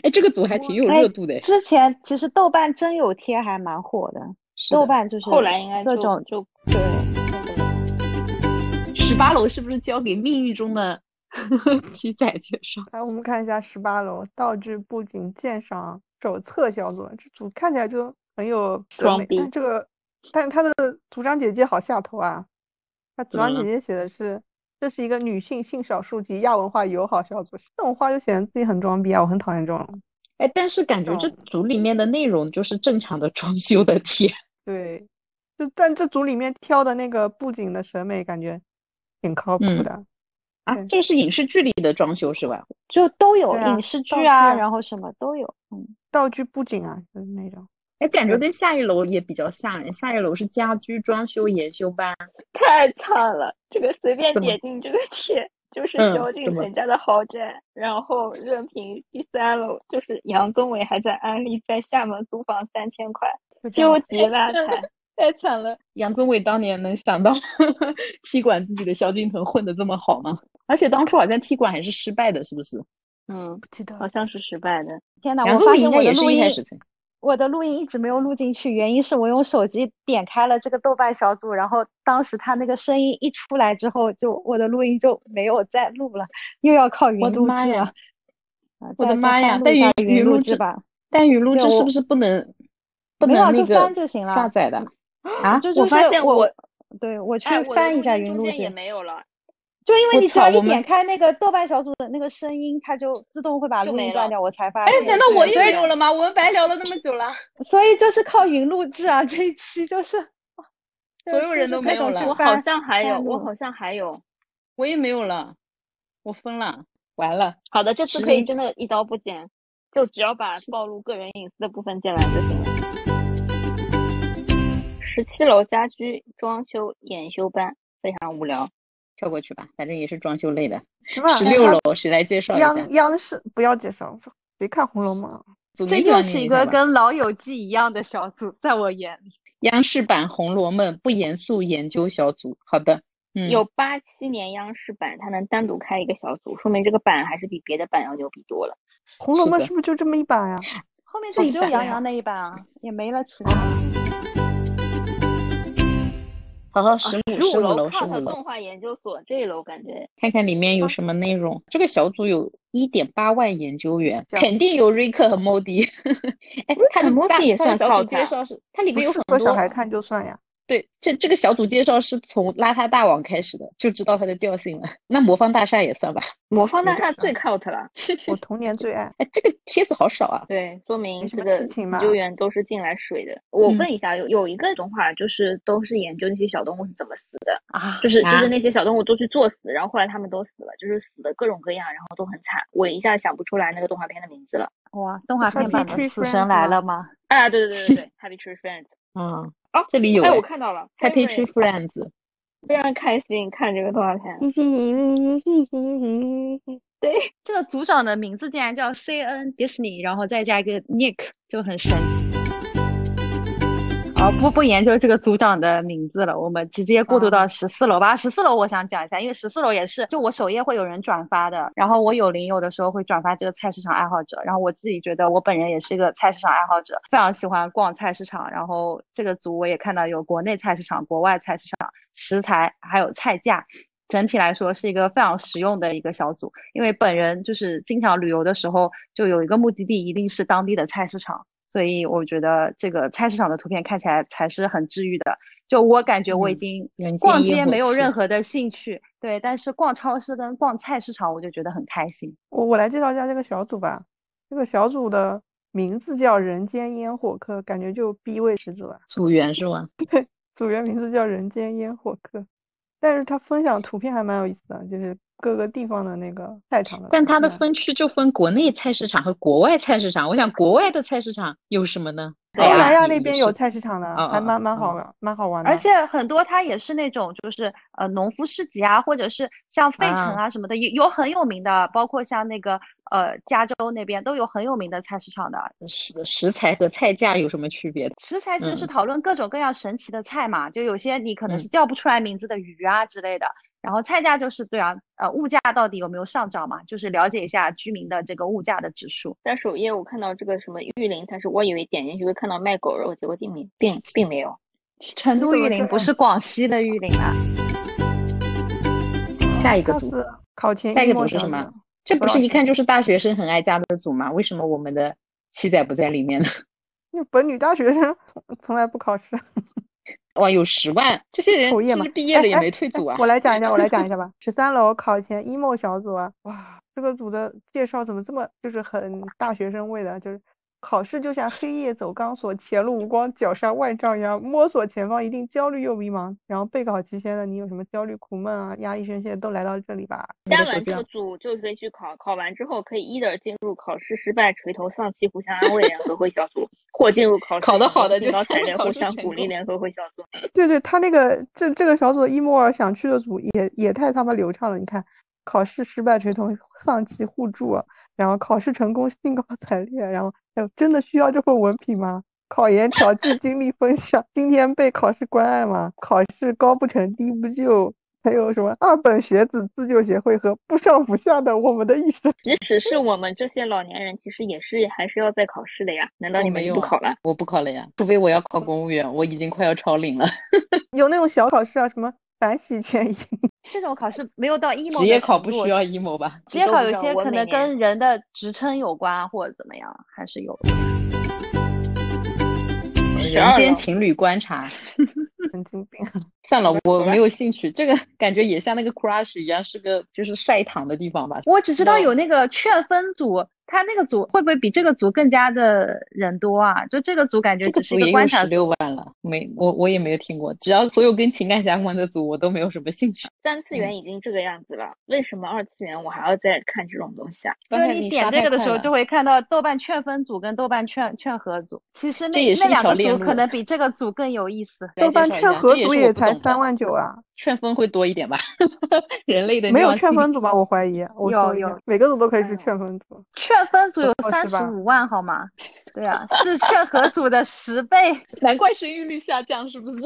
Speaker 4: 哎，这个组还挺有
Speaker 5: 哎
Speaker 4: 热度的哎，
Speaker 5: 之前其实豆瓣真有贴还蛮火的，
Speaker 4: 是
Speaker 5: 豆
Speaker 4: 的
Speaker 5: 瓣就是
Speaker 6: 后来应该
Speaker 5: 各
Speaker 6: 就
Speaker 5: 种
Speaker 6: 就
Speaker 5: 对。
Speaker 4: 十八楼是不是交给命运中的 七仔介绍？
Speaker 3: 来，我们看一下十八楼道具布景鉴赏手册小组，这组看起来就很有审
Speaker 6: 装
Speaker 3: 美，
Speaker 6: 逼
Speaker 3: 但这个，但是他的组长姐姐好下头啊。他组
Speaker 4: 怎么
Speaker 3: 长姐
Speaker 4: 了
Speaker 3: 姐写的是，这是一个女性性少数及亚文化友好小组，这种话就显得自己很装逼啊，我很讨厌这种。
Speaker 4: 哎，但是感觉这组里面的内容就是正常的装修的 贴，
Speaker 3: 对，就但这组里面挑的那个布景的审美感觉挺靠谱
Speaker 4: 嗯
Speaker 3: 的。
Speaker 4: 啊
Speaker 3: 对，
Speaker 4: 这个是影视剧里的装修是吧？
Speaker 5: 就都有
Speaker 3: 对啊
Speaker 5: 影视
Speaker 3: 道
Speaker 5: 剧
Speaker 3: 具
Speaker 5: 啊，
Speaker 3: 啊
Speaker 5: 然后什么都有。嗯，
Speaker 3: 道具布景啊，就是那种。
Speaker 4: 哎，感觉
Speaker 3: 对
Speaker 4: 跟下一楼也比较像哎，下一楼是家居装修研修班，
Speaker 6: 太惨了。这个随便
Speaker 4: 怎么
Speaker 6: 点进这个帖，就是
Speaker 4: 嗯
Speaker 6: 萧敬
Speaker 4: 怎么
Speaker 6: 腾家的豪宅，然后任凭第三楼就是杨宗纬还在安利在厦门租房三千块，
Speaker 3: 就这
Speaker 6: 纠
Speaker 3: 样
Speaker 6: 结拉踩。
Speaker 4: 太惨了。 杨宗纬当年能想到 踢馆自己的萧敬腾混得这么好吗？而且当初好像踢馆还是失败的，是不是？
Speaker 6: 嗯，
Speaker 3: 不记得
Speaker 6: 好像是失败的。
Speaker 5: 天哪！
Speaker 4: 杨
Speaker 5: 我
Speaker 4: 宗
Speaker 5: 发
Speaker 4: 纬
Speaker 5: 现
Speaker 4: 应
Speaker 5: 我
Speaker 4: 该
Speaker 5: 的
Speaker 4: 也是
Speaker 5: 录
Speaker 4: 一
Speaker 5: 音
Speaker 4: 开始才。
Speaker 5: 我的录音一直没有录进去，原因是我用手机点开了这个豆瓣小组，然后当时他那个声音一出来之后，就我的录音就没有再录了，又要靠云
Speaker 4: 我的
Speaker 5: 录
Speaker 4: 妈
Speaker 5: 制
Speaker 4: 呀
Speaker 5: 了。啊
Speaker 4: 我
Speaker 5: 再
Speaker 4: 的哎
Speaker 5: 再
Speaker 4: 妈
Speaker 5: 翻
Speaker 4: 呀
Speaker 5: 录
Speaker 4: 但
Speaker 5: 一下
Speaker 4: 云
Speaker 5: 云
Speaker 4: 云录
Speaker 5: 录
Speaker 4: 制
Speaker 5: 吧，
Speaker 4: 但语录
Speaker 5: 对
Speaker 4: 这是
Speaker 5: 我
Speaker 4: 不是不能不
Speaker 5: 没有啊
Speaker 4: 能那
Speaker 5: 就翻
Speaker 4: 个
Speaker 5: 就行了
Speaker 4: 下载的啊？
Speaker 5: 就
Speaker 6: 我
Speaker 5: 就
Speaker 6: 发
Speaker 5: 是
Speaker 6: 现
Speaker 5: 我
Speaker 6: 我
Speaker 5: 对我去
Speaker 6: 哎，我的
Speaker 5: 翻一
Speaker 6: 录
Speaker 5: 下
Speaker 6: 音
Speaker 5: 云
Speaker 6: 中
Speaker 5: 录
Speaker 6: 间也
Speaker 5: 制，
Speaker 6: 没有了，
Speaker 5: 就因为
Speaker 4: 我
Speaker 5: 你只要
Speaker 4: 操我
Speaker 5: 一
Speaker 4: 们
Speaker 5: 点开那个豆瓣小组的那个声音，它就自动会把
Speaker 6: 就
Speaker 5: 录音
Speaker 6: 没
Speaker 5: 断
Speaker 6: 了
Speaker 5: 掉，我才发
Speaker 4: 哎
Speaker 5: 现。，
Speaker 4: 难道我
Speaker 5: 对
Speaker 4: 也
Speaker 5: 所以
Speaker 4: 没有了吗？我们白聊了那么久了，
Speaker 5: 所以就是靠云录制啊，这一期就是
Speaker 4: 所有人都没有了
Speaker 6: 我
Speaker 5: 我
Speaker 6: 好像还
Speaker 5: 翻
Speaker 6: 有，我
Speaker 5: 录
Speaker 6: 好像还有。
Speaker 4: 我也没有了，我疯了，完了，
Speaker 6: 好的，这次
Speaker 4: 时
Speaker 6: 可以
Speaker 4: 间
Speaker 6: 真的一刀不剪，就只要把暴露个人隐私的部分剪完就行了。十七楼家居装修研修班非常无聊，
Speaker 4: 跳过去吧，反正也是装修类的。
Speaker 3: 什么啊
Speaker 4: 十六
Speaker 3: 央
Speaker 4: 楼谁来介绍一下？
Speaker 3: 央央视不要介绍，谁看《红楼梦》啊？
Speaker 4: 祖
Speaker 5: 这
Speaker 4: 明
Speaker 5: 又
Speaker 4: 讲
Speaker 5: 是
Speaker 4: 你
Speaker 5: 一
Speaker 4: 一下
Speaker 5: 个
Speaker 4: 吧
Speaker 5: 跟《老友记》一样的小组，在我眼里。
Speaker 4: 央视版《红楼梦》不严肃研究小组。好的，
Speaker 2: 嗯
Speaker 6: 有八七年央视版，它能单独开一个小组，说明这个版还是比别的版要牛逼多了。
Speaker 3: 红楼
Speaker 4: 是
Speaker 3: 梦
Speaker 4: 的
Speaker 3: 是不是就这么一版呀？
Speaker 5: 后面
Speaker 6: 这
Speaker 5: 就
Speaker 6: 一
Speaker 5: 只有
Speaker 6: 版
Speaker 5: 杨
Speaker 6: 呀
Speaker 5: 洋那一版啊，也没了其他。
Speaker 4: 好好啊十五
Speaker 6: 十
Speaker 4: 十
Speaker 6: 五
Speaker 4: 五楼十
Speaker 6: 看
Speaker 4: 五
Speaker 6: 和
Speaker 4: 楼，
Speaker 6: 动画研究所这一楼感觉
Speaker 4: 看看里面有什么内容。这个小组有一点八万研究员，
Speaker 3: 这样
Speaker 4: 肯定有瑞克和莫迪。 哎，他
Speaker 3: 呃
Speaker 4: 的
Speaker 6: Modi
Speaker 4: 大
Speaker 6: 也
Speaker 4: 他的
Speaker 6: 算
Speaker 4: 小
Speaker 6: 靠
Speaker 4: 组介
Speaker 6: 他
Speaker 4: 绍是，它里
Speaker 3: 不
Speaker 4: 面有
Speaker 3: 适
Speaker 4: 很
Speaker 3: 合
Speaker 4: 多
Speaker 3: 小孩看就算呀。
Speaker 4: 对，这这个小组介绍是从邋遢大王开始的，就知道它的调性了。那魔方大厦也算吧。
Speaker 6: 魔方大
Speaker 3: 有
Speaker 6: 厦
Speaker 3: 点
Speaker 6: 最 cult 了。
Speaker 3: 我童年最爱。
Speaker 4: 哎，这个帖子好少啊。
Speaker 6: 对，说明
Speaker 3: 没什
Speaker 6: 这
Speaker 3: 么
Speaker 6: 个
Speaker 3: 激情
Speaker 6: 研
Speaker 3: 嘛
Speaker 6: 究员都是进来水的。我
Speaker 4: 嗯
Speaker 6: 问一下，有有一个动画就是都是研究那些小动物是怎么死的，
Speaker 4: 啊
Speaker 6: 就是就
Speaker 4: 啊
Speaker 6: 是那些小动物都去作死，然后后来他们都死了，就是死的各种各样，然后都很惨。我一下想不出来那个动画片的名字了。
Speaker 5: 哇，动画
Speaker 3: 它
Speaker 5: 片
Speaker 3: 必
Speaker 5: 版的
Speaker 3: 须
Speaker 5: 《死
Speaker 3: Friends
Speaker 5: 神来
Speaker 3: 吗
Speaker 5: 了》吗？
Speaker 6: 啊，对对对 对对，Happy Tree Friends。
Speaker 3: 啊
Speaker 4: 嗯，
Speaker 6: 哦，
Speaker 4: 这里有
Speaker 6: 哎，
Speaker 4: 哎
Speaker 6: 我看到了
Speaker 4: Happy Tree
Speaker 6: Friends，
Speaker 4: Friends，嗯
Speaker 6: 非常开心看这个动画片。对，
Speaker 5: 这个组长的名字竟然叫 C N Disney，然后再加一个 Nick，就很神奇。好，不不研究这个组长的名字了，我们直接过渡到十四楼吧。十四楼我想讲一下，因为十四楼也是，就我首页会有人转发的，然后我有零有的时候会转发这个菜市场爱好者，然后我自己觉得我本人也是一个菜市场爱好者，非常喜欢逛菜市场。然后这个组我也看到有国内菜市场、国外菜市场、食材还有菜价，整体来说是一个非常实用的一个小组，因为本人就是经常旅游的时候，就有一个目的地一定是当地的菜市场，所以我觉得这个菜市场的图片看起来才是很治愈的。就我感觉我已
Speaker 4: 嗯
Speaker 5: 经
Speaker 4: 人
Speaker 5: 逛
Speaker 4: 间烟
Speaker 5: 街
Speaker 4: 火
Speaker 5: 没有任
Speaker 4: 气
Speaker 5: 何的兴趣，对，但是逛超市跟逛菜市场我就觉得很开心。
Speaker 3: 我我来介绍一下这个小组吧。这个小组的名字叫“人间烟火客”，感觉就逼味十足了。
Speaker 4: 组员是
Speaker 3: 嗯
Speaker 4: 吗？
Speaker 3: 组员名字叫“人间烟火客”，但是他分享图片还蛮有意思的，就是各个地方的那个菜场的图片。
Speaker 4: 但它的分区就分国内菜市场和国外菜市场。我想国外的菜市场有什么呢？
Speaker 6: 对
Speaker 3: 东
Speaker 6: 啊
Speaker 3: 南亚
Speaker 4: 亚你
Speaker 3: 那
Speaker 4: 你
Speaker 3: 边
Speaker 4: 是
Speaker 3: 有菜市场的，
Speaker 4: 哦
Speaker 3: 还
Speaker 4: 哦
Speaker 3: 蛮蛮
Speaker 4: 哦
Speaker 3: 好玩，蛮好玩的。
Speaker 5: 而且很多它也是那种就是呃农夫市集啊，或者是像费城
Speaker 4: 啊
Speaker 5: 啊什么的，有有很有名的，包括像那个呃加州那边都有很有名的菜市场的。
Speaker 4: 食食材和菜价有什么区别？
Speaker 5: 食材其实
Speaker 4: 嗯
Speaker 5: 是讨论各种各样神奇的菜嘛，就有些你可
Speaker 4: 嗯
Speaker 5: 能是叫不出来名字的鱼啊之类的。然后菜价就是对啊，呃，物价到底有没有上涨嘛？就是了解一下居民的这个物价的指数。
Speaker 6: 在首页我看到这个什么玉林菜市，我以为点进去会看到卖狗肉，结果竟没 并并没有。
Speaker 5: 成都
Speaker 3: 怎
Speaker 5: 玉
Speaker 3: 么
Speaker 5: 林
Speaker 3: 这
Speaker 5: 不是广西的玉林啊，
Speaker 4: 下一个
Speaker 3: 上
Speaker 4: 组，
Speaker 3: 次考前
Speaker 4: 下一
Speaker 3: 一
Speaker 4: 个
Speaker 3: 模
Speaker 4: 组是
Speaker 3: 小
Speaker 4: 什么
Speaker 3: 组？
Speaker 4: 这不
Speaker 3: 不知
Speaker 4: 是
Speaker 3: 道
Speaker 4: 一看就是大学生很爱家的组吗？为什么我们的七仔不在里面呢？
Speaker 3: 那本女大学生 从从来不考试，
Speaker 4: 哇，有十万！这些人
Speaker 3: 口业
Speaker 4: 是
Speaker 3: 嘛
Speaker 4: 不是毕业了也
Speaker 3: 哎
Speaker 4: 没退
Speaker 3: 哎
Speaker 4: 组啊？
Speaker 3: 我来 讲一下，我来讲一下吧。十三楼考前 emo 小组啊，哇，这个组的介绍怎么这么就是很大学生味的，啊就是考试就像黑夜走钢索，前路无光，脚下万丈崖，摸索前方一定焦虑又迷茫。然后备考期间呢，你有什么焦虑、苦闷啊、压抑、宣泄，都来到这里吧。
Speaker 4: 你
Speaker 6: 加
Speaker 4: 的手
Speaker 6: 完
Speaker 4: 机
Speaker 6: 这
Speaker 4: 啊
Speaker 6: 个组就可以去考，考完之后可以 either 进入考试失败、垂头丧气、互相安慰联合会小组，或进入考试
Speaker 4: 考得
Speaker 6: 成功
Speaker 4: 好的就
Speaker 6: 兴高
Speaker 4: 进
Speaker 6: 采
Speaker 4: 入
Speaker 6: 烈
Speaker 4: 考
Speaker 6: 互
Speaker 4: 试
Speaker 6: 相
Speaker 4: 成
Speaker 6: 鼓励
Speaker 4: 功
Speaker 6: 联合会小组。
Speaker 3: 对对，他那个这这个小组的 emo 儿想去的组也也太他妈流畅了，你看。考试失败垂头丧气互助啊，然后考试成功兴高采烈，然后哎呦，真的需要这份文凭吗？考研调剂经历分享，今天被考试关爱吗？考试高不成低不就，还有什么二本学子自救协会和不上不下的我们的一生。
Speaker 6: 即使是我们这些老年人，其实也是还是要再考试的呀。难道
Speaker 4: 我
Speaker 6: 你们
Speaker 4: 没
Speaker 6: 就
Speaker 4: 有
Speaker 6: 不
Speaker 4: 啊
Speaker 6: 考了？
Speaker 4: 我不考了呀，除非我要
Speaker 5: 嗯
Speaker 4: 考公务员，我已经快要超龄了。
Speaker 3: 有那种小考试啊，什么反洗钱营，
Speaker 5: 这种考试没有到 emo
Speaker 4: 职业
Speaker 5: 的
Speaker 4: 考
Speaker 5: 程
Speaker 4: 不
Speaker 5: 度
Speaker 4: 需要 emo 吧？
Speaker 5: 职业
Speaker 6: 都
Speaker 5: 考
Speaker 6: 不
Speaker 5: 有
Speaker 6: 知道
Speaker 5: 些
Speaker 6: 我
Speaker 5: 可
Speaker 6: 每
Speaker 5: 能
Speaker 6: 年
Speaker 5: 跟人的职称有关或者怎么样，还是有的。
Speaker 4: 人
Speaker 6: 12
Speaker 4: 间
Speaker 6: 楼
Speaker 4: 情侣观察。
Speaker 3: 神经病。啊
Speaker 4: 算了，我
Speaker 6: 走吧
Speaker 4: 没有兴趣。这个感觉也像那个 crush 一样，是个就是晒糖的地方吧？
Speaker 5: 我只知道
Speaker 6: 那
Speaker 5: 有那个劝分组，他那个组会不会比这个组更加的人多啊？就这个组感觉
Speaker 4: 这个
Speaker 5: 只是
Speaker 4: 组也
Speaker 5: 一个
Speaker 4: 有
Speaker 5: 观
Speaker 4: 十
Speaker 5: 察
Speaker 4: 六
Speaker 5: 组。
Speaker 4: 万了，没我我也没有听过。只要所有跟情感相关的组，我都没有什么兴趣。
Speaker 6: 三次
Speaker 4: 嗯
Speaker 6: 元已经这个样子了，为什么二次元我还要再看这种东西啊？
Speaker 5: 就
Speaker 4: 刚才
Speaker 5: 你点
Speaker 4: 刷
Speaker 5: 这
Speaker 4: 太
Speaker 5: 个的
Speaker 4: 快
Speaker 5: 时候，
Speaker 4: 了
Speaker 5: 就会看到豆瓣劝分组跟豆瓣劝劝和组，其实
Speaker 4: 这
Speaker 5: 那
Speaker 4: 也是一
Speaker 5: 那两
Speaker 4: 条
Speaker 5: 个
Speaker 4: 链
Speaker 5: 组可
Speaker 4: 路
Speaker 5: 能比这个组更有意思。
Speaker 4: 来
Speaker 3: 豆
Speaker 4: 介
Speaker 3: 瓣
Speaker 4: 绍
Speaker 3: 劝
Speaker 4: 一下
Speaker 3: 和
Speaker 4: 这也
Speaker 3: 组
Speaker 4: 是我
Speaker 3: 也
Speaker 4: 不
Speaker 3: 才
Speaker 4: 懂的
Speaker 3: 三万九啊，
Speaker 4: 劝分会多一点吧？人类的
Speaker 3: 没有
Speaker 4: 尿
Speaker 3: 劝
Speaker 4: 性
Speaker 3: 分组吧？我怀疑，我
Speaker 5: 有
Speaker 3: 搜一下
Speaker 5: 有
Speaker 3: 每个组都可以是
Speaker 6: 嗯
Speaker 3: 劝分组。
Speaker 5: 劝分组有
Speaker 3: 不错
Speaker 5: 三
Speaker 3: 是
Speaker 5: 十
Speaker 3: 吧
Speaker 5: 五万，好吗？对啊，是劝和组的十倍。
Speaker 4: 难怪生育率下降，是不是？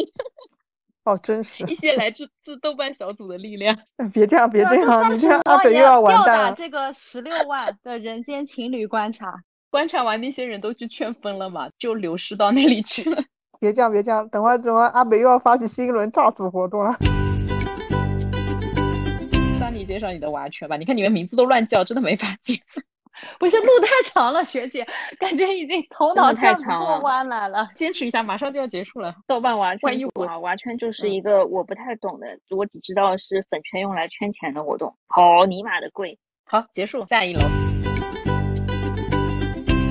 Speaker 3: 好哦真实
Speaker 6: 一！些来自自豆瓣小组的力量。
Speaker 3: 别这样，别
Speaker 5: 这
Speaker 3: 这样，
Speaker 5: 三
Speaker 3: 啊你
Speaker 5: 十
Speaker 3: 这
Speaker 5: 五
Speaker 3: 样阿
Speaker 5: 万
Speaker 3: 北又
Speaker 5: 要
Speaker 3: 要完
Speaker 5: 吊打
Speaker 3: 蛋了。
Speaker 5: 这个十六万的人间情侣观察。
Speaker 6: 观察完那些人都去劝分了嘛，就流失到那里去了。
Speaker 3: 别这样，别这样，等会儿等会儿阿北又要发起新一轮炸组活动了。
Speaker 6: 当你介绍你的娃圈吧，你看你们名字都乱叫，真的没法记。
Speaker 5: 不是路太长了，学姐，感觉已经头
Speaker 6: 真
Speaker 5: 脑
Speaker 6: 的太
Speaker 5: 转不
Speaker 6: 长
Speaker 5: 过
Speaker 6: 了
Speaker 5: 弯来了。
Speaker 6: 坚持一下，马上就要结束了。豆瓣娃
Speaker 5: 万
Speaker 6: 圈
Speaker 5: 一
Speaker 6: 不
Speaker 5: 我
Speaker 6: 好，娃圈就是
Speaker 5: 嗯
Speaker 6: 一个我不太懂的，我只知道是粉圈用来圈钱的活动，好尼玛的贵。
Speaker 4: 好，结束，下一楼。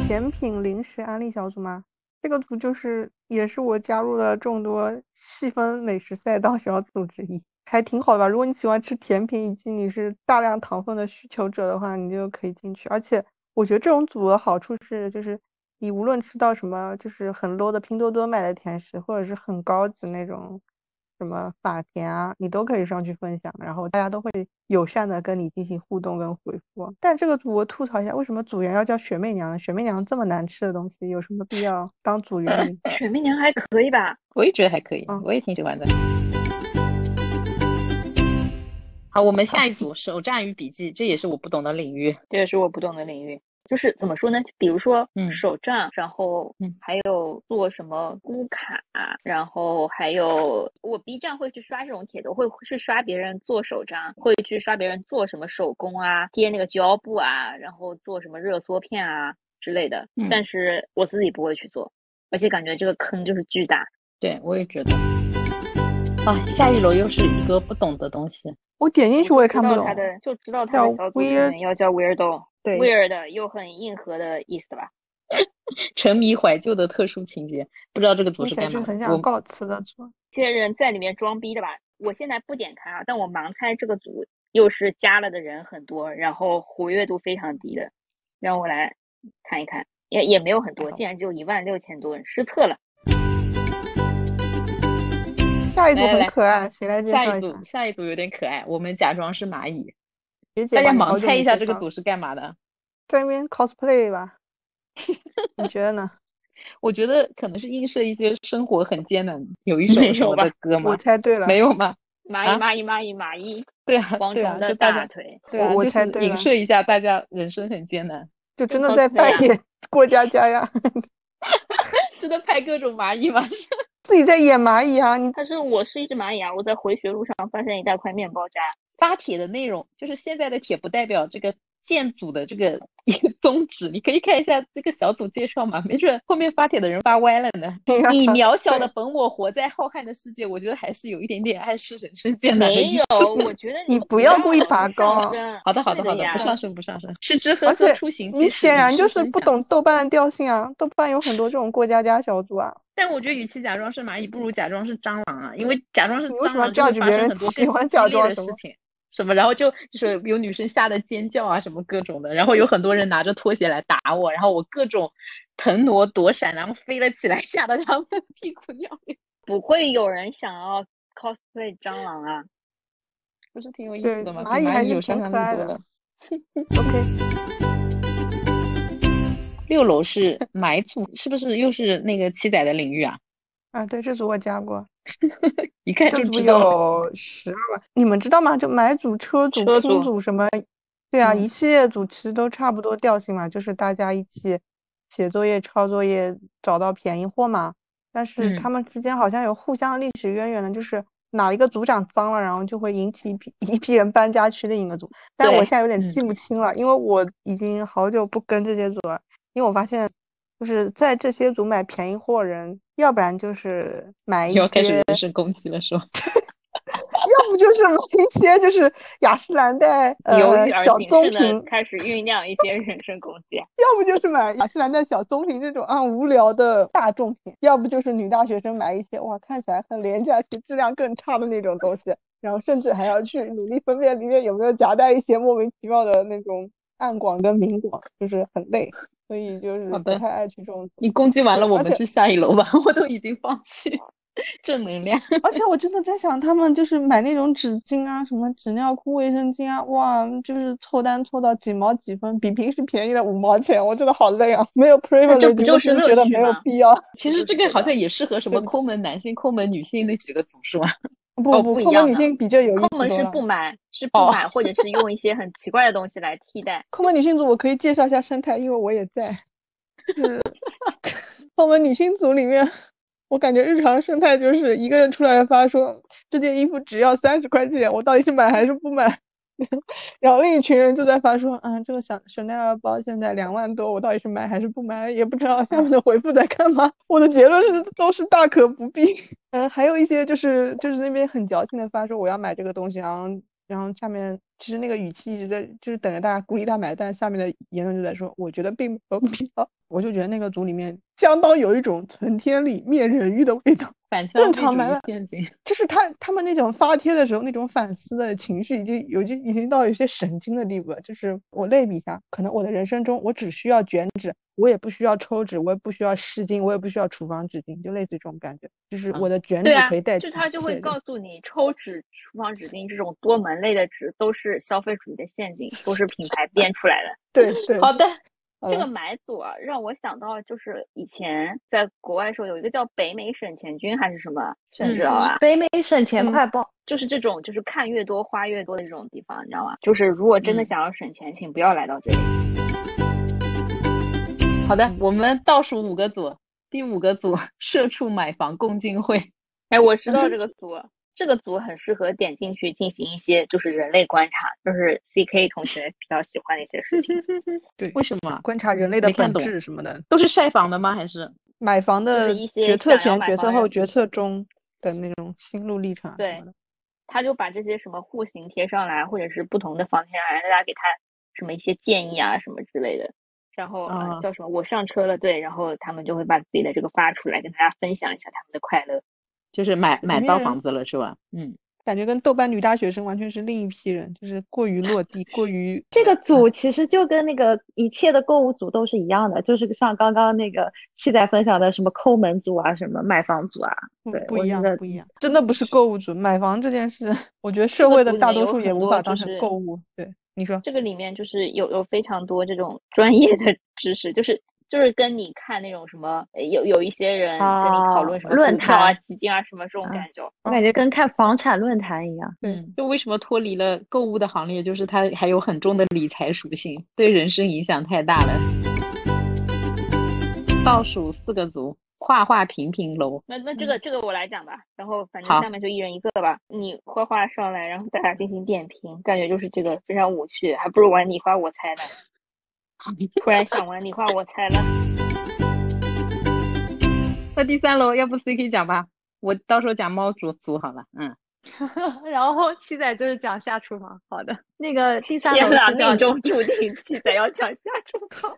Speaker 3: 甜品零食安利小组吗？这个组就是也是我加入了众多细分美食赛道小组之一，还挺好的吧。如果你喜欢吃甜品以及你是大量糖分的需求者的话，你就可以进去。而且我觉得这种组的好处是，就是你无论吃到什么，就是很 low 的拼多多买的甜食，或者是很高级那种什么法甜啊，你都可以上去分享，然后大家都会友善的跟你进行互动跟回复。但这个组我吐槽一下，为什么组员要叫雪媚娘呢？雪媚娘这么难吃的东西，有什么必要当组员呢？
Speaker 6: 雪媚娘还可以吧？
Speaker 4: 我也觉得还可以
Speaker 3: 嗯，
Speaker 4: 我也挺喜欢的。好，我们下一组手账与笔记，这也是我不懂的领域。
Speaker 6: 这也是我不懂的领域。就是怎么说呢？比如说
Speaker 4: 嗯
Speaker 6: 手账，然后
Speaker 4: 嗯
Speaker 6: 还有做什么咕卡，然后还有我 B 站会去刷这种帖子，我会去刷别人做手账，会去刷别人做什么手工啊，贴那个胶布啊，然后做什么热缩片啊之类的
Speaker 4: 嗯。
Speaker 6: 但是我自己不会去做，而且感觉这个坑就是巨大。
Speaker 4: 对，我也觉得。啊，下一楼又是一个不懂的东西。
Speaker 3: 我点进去我也看不
Speaker 6: 知道
Speaker 3: 懂
Speaker 6: 他。的就知道他
Speaker 3: 叫
Speaker 6: 的小组里
Speaker 3: weird-
Speaker 6: 面要叫 weirdo，
Speaker 4: 对
Speaker 6: weird 又很硬核的意思吧？
Speaker 4: 沉迷怀旧的特殊情节，不知道这个组
Speaker 3: 之
Speaker 4: 是
Speaker 3: 前
Speaker 4: 干
Speaker 3: 是
Speaker 4: 嘛
Speaker 3: 很
Speaker 4: 的。
Speaker 3: 想
Speaker 4: 我
Speaker 3: 告辞的组，
Speaker 6: 这些人在里面装逼的吧？我现在不点开啊，但我盲猜这个组又是加了的人很多，然后活跃度非常低的。让我来看一看，也也没有很多，竟然只有一万六千多人，失策了。
Speaker 3: 下一组
Speaker 4: 来
Speaker 3: 很
Speaker 4: 来
Speaker 3: 可爱，谁来介
Speaker 4: 下
Speaker 3: 绍
Speaker 4: 一
Speaker 3: 一下？
Speaker 4: 组，下一组有点可爱，我们假装是蚂蚁，
Speaker 3: 学姐
Speaker 4: 大
Speaker 3: 吧，
Speaker 4: 家
Speaker 3: 你好
Speaker 4: 盲
Speaker 3: 久
Speaker 4: 猜
Speaker 3: 没
Speaker 4: 一下
Speaker 3: 介
Speaker 4: 这个
Speaker 3: 绍
Speaker 4: 组是干嘛的。
Speaker 3: 啊在那边 cosplay 吧？ 你觉得呢？
Speaker 4: 我觉得可能是映射一些生活很艰难，有一首
Speaker 6: 没有
Speaker 4: 什么的
Speaker 6: 吧
Speaker 4: 歌
Speaker 3: 我
Speaker 4: 吗？
Speaker 3: 猜对了，
Speaker 4: 没有吗？
Speaker 6: 蚂
Speaker 4: 啊
Speaker 6: 蚁蚂蚁蚂蚁 蚂蚁，
Speaker 4: 对啊，
Speaker 6: 王
Speaker 4: 对
Speaker 6: 中
Speaker 4: 啊，
Speaker 6: 的
Speaker 4: 就大
Speaker 6: 大
Speaker 4: 家
Speaker 6: 腿，
Speaker 4: 对啊，
Speaker 3: 我
Speaker 4: 就
Speaker 3: 猜
Speaker 4: 是
Speaker 3: 对了
Speaker 4: 影射一下大家人生很艰难，
Speaker 3: 就真的
Speaker 6: cosplay
Speaker 3: 在扮
Speaker 6: 啊
Speaker 3: 演过家家呀，
Speaker 4: 真的拍各种蚂蚁吗？是
Speaker 3: 自己在演蚂蚁啊！你
Speaker 6: 他说我是一只蚂蚁啊！我在回学路上发现一大块面包 渣，
Speaker 4: 发帖的内容，就是现在的帖不代表这个建组的这个宗旨。你可以看一下这个小组介绍嘛，没准后面发帖的人发歪了呢。 你渺小的本我活在浩瀚的世界，我觉得还是有一点点暗示人生艰难的
Speaker 6: 没
Speaker 4: 意思
Speaker 6: 有。，我觉得
Speaker 3: 你不
Speaker 6: 不
Speaker 3: 要故意拔
Speaker 6: 上
Speaker 3: 高啊
Speaker 6: 升
Speaker 4: 好的，好的，
Speaker 6: 对
Speaker 4: 好的，
Speaker 6: 呀
Speaker 4: 不上升，不上升。吃吃喝
Speaker 3: 而
Speaker 4: 喝
Speaker 3: 且
Speaker 4: 出行，
Speaker 3: 你
Speaker 4: 即时
Speaker 3: 显
Speaker 4: 饮
Speaker 3: 然
Speaker 4: 食
Speaker 3: 就是
Speaker 4: 分
Speaker 3: 不
Speaker 4: 享。
Speaker 3: 懂豆瓣的调性啊！豆瓣有很多这种过家家小组啊，
Speaker 4: 但我觉得，与其假装是蚂蚁，不如假装是蟑螂啊，因为假装是
Speaker 3: 你为什
Speaker 4: 蟑
Speaker 3: 么
Speaker 4: 螂就会
Speaker 3: judge
Speaker 4: 发
Speaker 3: 别
Speaker 4: 生
Speaker 3: 人
Speaker 4: 很多
Speaker 3: 喜
Speaker 4: 更
Speaker 3: 欢
Speaker 4: 激
Speaker 3: 假
Speaker 4: 烈
Speaker 3: 装
Speaker 4: 的
Speaker 3: 什
Speaker 4: 事
Speaker 3: 么
Speaker 4: 情，什么，然后 就就是有女生吓得尖叫啊，什么各种的，然后有很多人拿着拖鞋来打我，然后我各种腾挪躲闪，然后飞了起来， 吓得他们屁股尿流，
Speaker 6: 不会有人想要 cosplay 蟑螂啊！
Speaker 4: 不是挺有意
Speaker 3: 对
Speaker 4: 思的吗？
Speaker 3: 蚂
Speaker 4: 比
Speaker 3: 蚁还
Speaker 4: 蚂蚁
Speaker 3: 是
Speaker 4: 有想
Speaker 3: 挺
Speaker 4: 象
Speaker 3: 可爱
Speaker 4: 力多
Speaker 3: 的
Speaker 4: 了。
Speaker 3: ？OK，
Speaker 4: 六楼是买组，是不是又是那个七仔的领域啊？
Speaker 3: 啊，对，这组我加过，
Speaker 4: 一看
Speaker 3: 这
Speaker 4: 就
Speaker 3: 组
Speaker 4: 知道了。
Speaker 3: 有十二万，你们知道吗？就买组、车组、
Speaker 6: 车
Speaker 3: 拼
Speaker 6: 组
Speaker 3: 组什么，对啊，
Speaker 4: 嗯
Speaker 3: 一系列组其实都差不多调性嘛，就是大家一起写作业、抄作业，找到便宜货嘛。但是
Speaker 4: 嗯
Speaker 3: 他们之间好像有互相的历史渊源的，就是哪一个组长脏了，然后就会引起一批 一批人搬家去另一个组。但我
Speaker 6: 对
Speaker 3: 现在有点
Speaker 4: 嗯
Speaker 3: 记不清了，因为我已经好久不跟这些组了，因为我发现就是在这些组买便宜货人，要不然就是买一
Speaker 4: 又要开始
Speaker 3: 些
Speaker 4: 人身攻击了，是吧？
Speaker 3: 要不就是买一些就是雅诗兰黛
Speaker 6: 由
Speaker 3: 呃
Speaker 6: 于而
Speaker 3: 小
Speaker 6: 谨
Speaker 3: 棕
Speaker 6: 慎的
Speaker 3: 瓶，
Speaker 6: 开始酝酿一些人身攻击。啊
Speaker 3: 要不就是买雅诗兰黛小棕瓶这种啊无聊的大众品，要不就是女大学生买一些哇看起来很廉价且质量更差的那种东西，然后甚至还要去努力分辨里面有没有夹带一些莫名其妙的那种暗广跟明广，就是很累，所以就是
Speaker 4: 好
Speaker 3: 嗯不
Speaker 4: 的
Speaker 3: 太爱去这种。
Speaker 4: 你攻击完了，我
Speaker 3: 而
Speaker 4: 们
Speaker 3: 且
Speaker 4: 去下一楼吧，我都已经放弃。正能量。
Speaker 3: 而且我真的在想，他们就是买那种纸巾啊，什么纸尿裤、卫生巾啊，哇，就是凑单凑到几毛几分，比平时便宜了五毛钱，我真的好累啊！没有 privilege，
Speaker 6: 这不就
Speaker 3: 我
Speaker 6: 是
Speaker 3: 真的
Speaker 6: 乐
Speaker 3: 觉得
Speaker 6: 趣
Speaker 3: 没有
Speaker 6: 吗
Speaker 3: 必要。
Speaker 4: 其实这个好像也适合什
Speaker 3: 对
Speaker 4: 么
Speaker 3: 不起
Speaker 4: 抠门男性、抠门女性那几个组是吗？
Speaker 3: 不
Speaker 6: 哦
Speaker 3: 不，
Speaker 6: 不一
Speaker 3: 抠门
Speaker 6: 样
Speaker 3: 女
Speaker 6: 的
Speaker 3: 性比这有意思
Speaker 6: 抠门
Speaker 3: 多
Speaker 6: 是
Speaker 3: 了
Speaker 6: 不买，是不
Speaker 4: 哦
Speaker 6: 买，或者是用一些很奇怪的东西来替 代。
Speaker 3: 抠门女性组我可以介绍一下生态，因为我也在。 就是抠门女性组里面，我感觉日常生态就是一个人出来发说这件衣服只要三十块钱，我到底是买还是不买？ 然后另一群人就在发说，啊，这个香 Chanel 包现在两万多，我到底是买还是不买？也不知道下面的回复在干嘛。 我的结论是都是大可不必。 嗯，还有一些就是就是那边很矫情的发说我要买这个东西，然后然后下面其实那个语气一直在就是等着大家鼓励他买，但是下面的言论就在说我觉得并没有必要。 我就觉得那个组里面相当有一种存天理灭人欲的味道。
Speaker 4: 反消
Speaker 3: 正
Speaker 4: 费
Speaker 3: 常
Speaker 4: 主
Speaker 3: 买
Speaker 4: 义
Speaker 3: 买
Speaker 4: 陷阱。
Speaker 3: 就是他他们那种发帖的时候那种反思的情绪，已经有就已经到有些神经的地步了。就是我类比一下，可能我的人生中，我只需要卷纸，我也不需要抽纸，我也不需要湿巾，我也不需要厨房纸巾，就类似于这种感觉。就是我的卷纸
Speaker 6: 对啊
Speaker 3: 可以代，替
Speaker 6: 就
Speaker 3: 一
Speaker 6: 他就
Speaker 3: 切
Speaker 6: 会
Speaker 3: 哎的
Speaker 6: 告诉你，抽纸、厨房纸巾这种多门类的纸都是消费主义的陷阱，都是品牌编出来的。
Speaker 3: 对 对，呃
Speaker 4: 好的，
Speaker 3: 好
Speaker 6: 这个
Speaker 3: 了
Speaker 6: 买组啊，让我想到就是以前在国外的时候有一个叫北美省钱君还是什么，你知道吧？
Speaker 5: 嗯北美省钱
Speaker 3: 嗯
Speaker 5: 快报，
Speaker 6: 就是这种，就是看越多花越多的这种地方，你知道吗？就是如果真的
Speaker 4: 嗯
Speaker 6: 想要省钱，请不要来到这里。
Speaker 4: 好的，我们倒数五个组，第五个组社畜买房共进会。
Speaker 6: 哎，我知
Speaker 5: 嗯
Speaker 6: 道这个组，这个组很适合点进去进行一些就是人类观察，就是 C K 同学比较喜欢的一些事情。
Speaker 3: 对
Speaker 4: 为什么？
Speaker 3: 观察人类的
Speaker 4: 没看
Speaker 3: 本
Speaker 4: 懂
Speaker 3: 质什么的，
Speaker 4: 都是晒房的吗？还是
Speaker 3: 买房
Speaker 6: 是
Speaker 3: 的
Speaker 6: 一
Speaker 3: 决
Speaker 6: 些想
Speaker 3: 策
Speaker 6: 要
Speaker 3: 前、
Speaker 6: 买
Speaker 3: 决
Speaker 6: 房
Speaker 3: 策
Speaker 6: 人
Speaker 3: 后、决策中的那种心路历程啊什
Speaker 6: 对
Speaker 3: 么的。
Speaker 6: 他就把这些什么户型贴上来，或者是不同的房贴上来，大家给他什么一些建议啊什么之类的。然后、呃
Speaker 5: 哦
Speaker 4: 啊
Speaker 6: 叫什么？我上车了，对，然后他们就会把自己的这个发出来，跟大家分享一下他们的快乐。
Speaker 4: 就是买买到
Speaker 3: 面
Speaker 4: 房子了是吧？嗯，
Speaker 3: 感觉跟豆瓣女大学生完全是另一批人，就是过于落地，过于
Speaker 5: 这个组其实就跟那个一切的购物组都是一样的，就是像刚刚那个七仔分享的什么抠门组啊，什么买房组啊，
Speaker 3: 嗯不
Speaker 5: 对，
Speaker 3: 不
Speaker 5: 我
Speaker 3: 一
Speaker 5: 觉
Speaker 3: 样，
Speaker 5: 得嗯
Speaker 3: 不一样，真的不是购物族。买房这件事， 我觉得社
Speaker 6: 个
Speaker 3: 会的
Speaker 6: 族里
Speaker 3: 大
Speaker 6: 面
Speaker 3: 多
Speaker 6: 有
Speaker 3: 数也
Speaker 6: 很
Speaker 3: 无
Speaker 6: 多
Speaker 3: 法
Speaker 6: 就
Speaker 3: 当成
Speaker 6: 是
Speaker 3: 购物。对，你说，
Speaker 6: 这个里面就是有有非常多这种专业的知识，就是就是跟你看那种什么，呃有有一些人跟你讨
Speaker 5: 哦
Speaker 6: 论什么
Speaker 5: 论
Speaker 6: 股票啊
Speaker 5: 坛、
Speaker 6: 基金啊什么这种
Speaker 5: 啊
Speaker 6: 感觉。
Speaker 5: 我感觉跟看房产论坛一样。
Speaker 3: 对
Speaker 4: 嗯，就为什么脱离了购物的行列，就是它还有很重的理财属性，对人生影响太大了。倒数四个组，画画评评楼，
Speaker 6: 那那这个这个我来讲吧，然后反正
Speaker 4: 嗯好
Speaker 6: 下面就一人一个吧。你画画上来，然后大家进行点评，感觉就是这个非常无趣，还不如玩你画我猜呢。突然想玩你画 我猜了，
Speaker 4: 那第三楼要不 C K 讲吧，我到时候讲猫组组好了。嗯，
Speaker 5: 然后七仔就是讲下厨房，好的，那个第三楼
Speaker 6: 天呐，
Speaker 5: 是那
Speaker 6: 命中注定七仔要讲下厨 房。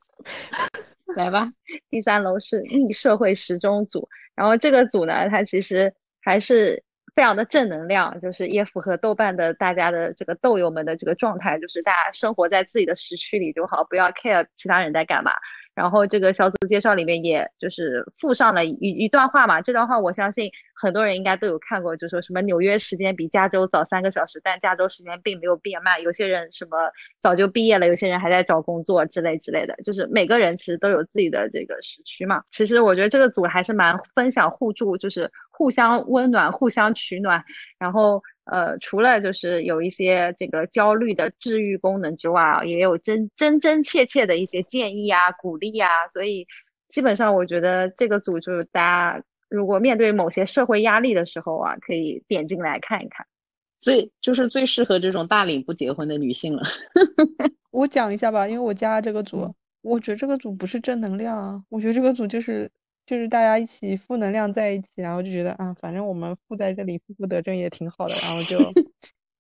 Speaker 4: 来吧，
Speaker 5: 第三楼是逆社会时钟组，然后这个组呢，它其实还是非常的正能量，就是也符合豆瓣的大家的这个豆友们的这个状态，就是大家生活在自己的时区里就好，不要 care 其他人在干嘛。然后这个小组介绍里面，也就是附上了一一段话嘛，这段话我相信很多人应该都有看过，就说什么纽约时间比加州早三个小时，但加州时间并没有变慢，有些人什么早就毕业了，有些人还在找工作之类之类的，就是每个人其实都有自己的这个时区嘛。其实我觉得这个组还是蛮分享互助，就是互相温暖、互相取暖，然后呃，除了就是有一些这个焦虑的治愈功能之外啊，也有真真真切切的一些建议啊、鼓励啊，所以基本上我觉得这个组就是大家如果面对某些社会压力的时候啊，可以点进来看一看。
Speaker 4: 最就是最适合这种大龄不结婚的女性了。
Speaker 3: 我讲一下吧，因为我加这个组
Speaker 4: 嗯，
Speaker 3: 我觉得这个组不是正能量啊，我觉得这个组就是就是大家一起负能量在一起，然后就觉得啊，反正我们负在这里，负负得正也挺好的，然 后就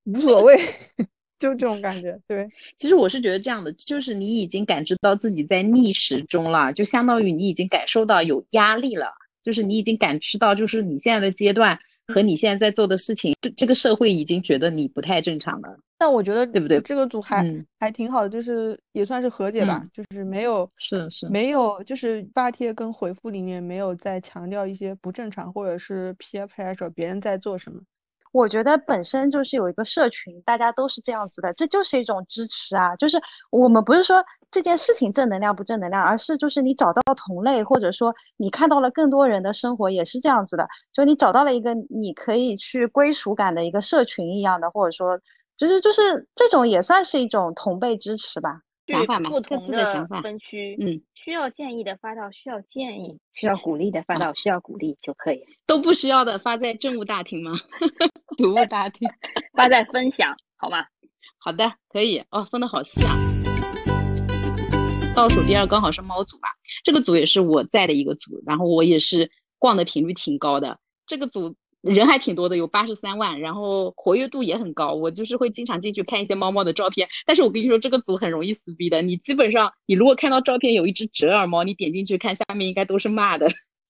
Speaker 3: 无所谓， 就这种感觉。对，
Speaker 4: 其实我是觉得这样的，就是你已经感知到自己在逆时钟了，就相当于你已经感受到有压力了，就是你已经感知到，就是你现在的阶段和你现在在做的事情，对这个社会已经觉得你不太正常了。
Speaker 3: 但我觉得
Speaker 4: 对不对
Speaker 3: 这个组还
Speaker 4: 嗯
Speaker 3: 还挺好的，就是也算是和解吧，就是没有
Speaker 4: 是是
Speaker 3: 没有，就是发帖跟回复里面没有再强调一些不正常或者是 peer pressure 别人在做什么。
Speaker 5: 我觉得本身就是有一个社群，大家都是这样子的，这就是一种支持啊。就是我们不是说这件事情正能量不正能量，而是就是你找到同类，或者说你看到了更多人的生活也是这样子的，就你找到了一个你可以去归属感的一个社群一样的，或者说就是就是这种也算是一种同辈支持吧。
Speaker 4: 想
Speaker 6: 去
Speaker 4: 法嘛
Speaker 6: 不
Speaker 4: 各
Speaker 6: 同
Speaker 4: 自的想法
Speaker 6: 分区，
Speaker 4: 嗯，
Speaker 6: 需要建议的发到需要建议，需要鼓励的发到需要鼓励就可以了，
Speaker 4: 都不需要的发在政务大厅吗？ 读物大厅。
Speaker 6: 发在分享，好吗？
Speaker 4: 好的，可以哦，分的好细啊。倒数第二刚好是猫组吧，这个组也是我在的一个组，然后我也是逛的频率挺高的，这个组人还挺多的，有八十三万，然后活跃度也很高，我就是会经常进去看一些猫猫的照片。但是我跟你说，这个组很容易撕逼的，你基本上你如果看到照片有一只折耳猫，你点进去看，下面应该都是骂的，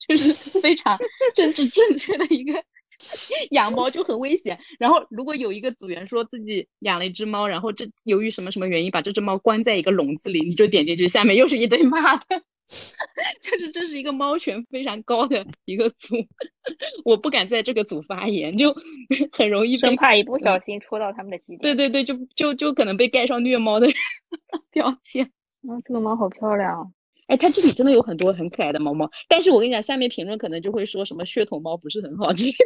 Speaker 4: 就是非常政治正确的一个 养猫就很危险。然后如果有一个组员说自己养了一只猫，然后这由于什么什么原因把这只猫关在一个笼子里，你就点进去，下面又是一堆骂的。 就是这是一个猫权非常高的一个组， 我不敢在这个组发言，就 很容易被
Speaker 6: 生怕一不
Speaker 4: 嗯
Speaker 6: 小心戳到他们的基
Speaker 4: 对
Speaker 6: 点。
Speaker 4: 对对，就就就可能被盖上虐猫的 标签。
Speaker 6: 对，这个猫好漂亮哦，
Speaker 4: 哎，它这里真的有很多很可爱的猫猫，但是我跟你讲，下面评论可能就会说什么血统猫不是很好之类的。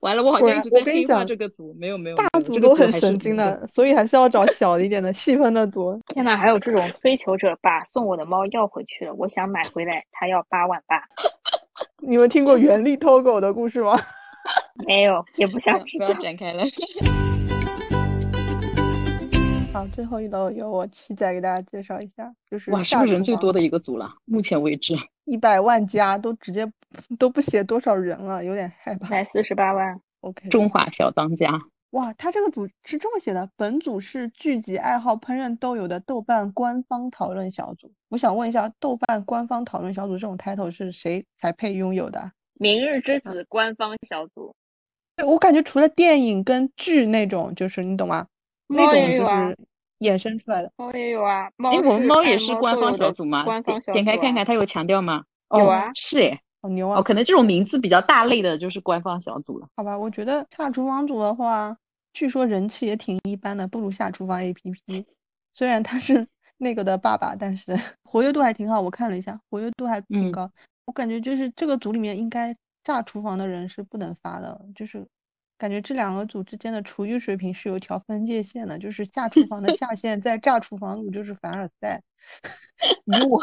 Speaker 4: 完了，我好
Speaker 3: 我
Speaker 4: 像一直
Speaker 3: 我
Speaker 4: 在
Speaker 3: 跟你
Speaker 4: 黑化
Speaker 3: 讲
Speaker 4: 这个组，没有没有，
Speaker 3: 大
Speaker 4: 没有
Speaker 3: 组
Speaker 4: 这个
Speaker 3: 都很
Speaker 4: 还是
Speaker 3: 神经
Speaker 4: 那个
Speaker 3: 的，所以还是要找小一点的、细分的组。
Speaker 6: 天呐，还有这种追求者把送我的猫要回去了，我想买回来，他要八万八，
Speaker 3: 你们听过袁立偷狗的故事吗？
Speaker 6: 没有，也不
Speaker 4: 不
Speaker 6: 想
Speaker 4: 要
Speaker 6: 知
Speaker 4: 不
Speaker 6: 道
Speaker 4: 要。展开了。
Speaker 3: 好，啊最后一道由我七仔给大家介绍一下，就是
Speaker 4: 哇，是
Speaker 3: 下
Speaker 4: 不是人
Speaker 3: 厨
Speaker 4: 最
Speaker 3: 房
Speaker 4: 多的一个组了？目前为止，
Speaker 3: 一百万加都直接都不写多少人了，有点害怕。
Speaker 6: 买四十八万，
Speaker 3: OK，
Speaker 4: 哎中华小当家。
Speaker 3: 哇，他这个组是这么写的：本组是聚集爱好烹饪豆油的豆瓣官方讨论小组。我想问一下，豆瓣官方讨论小组这种 title 是谁才配拥有的啊？
Speaker 6: 明日之子官方小组，
Speaker 3: 对，我感觉除了电影跟剧那种，就是你懂吗？那
Speaker 6: 猫
Speaker 3: 种
Speaker 6: 也
Speaker 3: 就
Speaker 6: 有啊
Speaker 3: 是衍生出来的。
Speaker 6: 猫也有啊，猫
Speaker 4: 哎，我们
Speaker 6: 是
Speaker 4: 猫
Speaker 6: 爱
Speaker 4: 也是
Speaker 6: 猫
Speaker 4: 官
Speaker 6: 豆
Speaker 4: 方
Speaker 6: 友
Speaker 4: 小
Speaker 6: 的
Speaker 4: 组吗？
Speaker 6: 官
Speaker 4: 点
Speaker 6: 方小
Speaker 4: 点开
Speaker 6: 组
Speaker 4: 看
Speaker 6: 啊
Speaker 4: 看，它有强调吗？
Speaker 6: 有
Speaker 4: 哦
Speaker 6: 啊
Speaker 4: 是哎，
Speaker 3: 好牛
Speaker 4: 哦，
Speaker 3: 啊！
Speaker 4: 可能这种名字比较大类的就是官方小组了。
Speaker 3: 好吧，我觉得下厨房组的话，据说人气也挺一般的，不如下厨房 APP。虽然他是 那个的爸爸，但是 活跃度还挺好，我看了一下，活跃度还挺
Speaker 4: 嗯
Speaker 3: 高。我感觉就是这个组里面应该下厨房的人是不能发的，就是感觉这两个组之间的厨艺水平是有一条分界线的，就是下厨房的下线在炸厨房组就是凡尔赛。 以我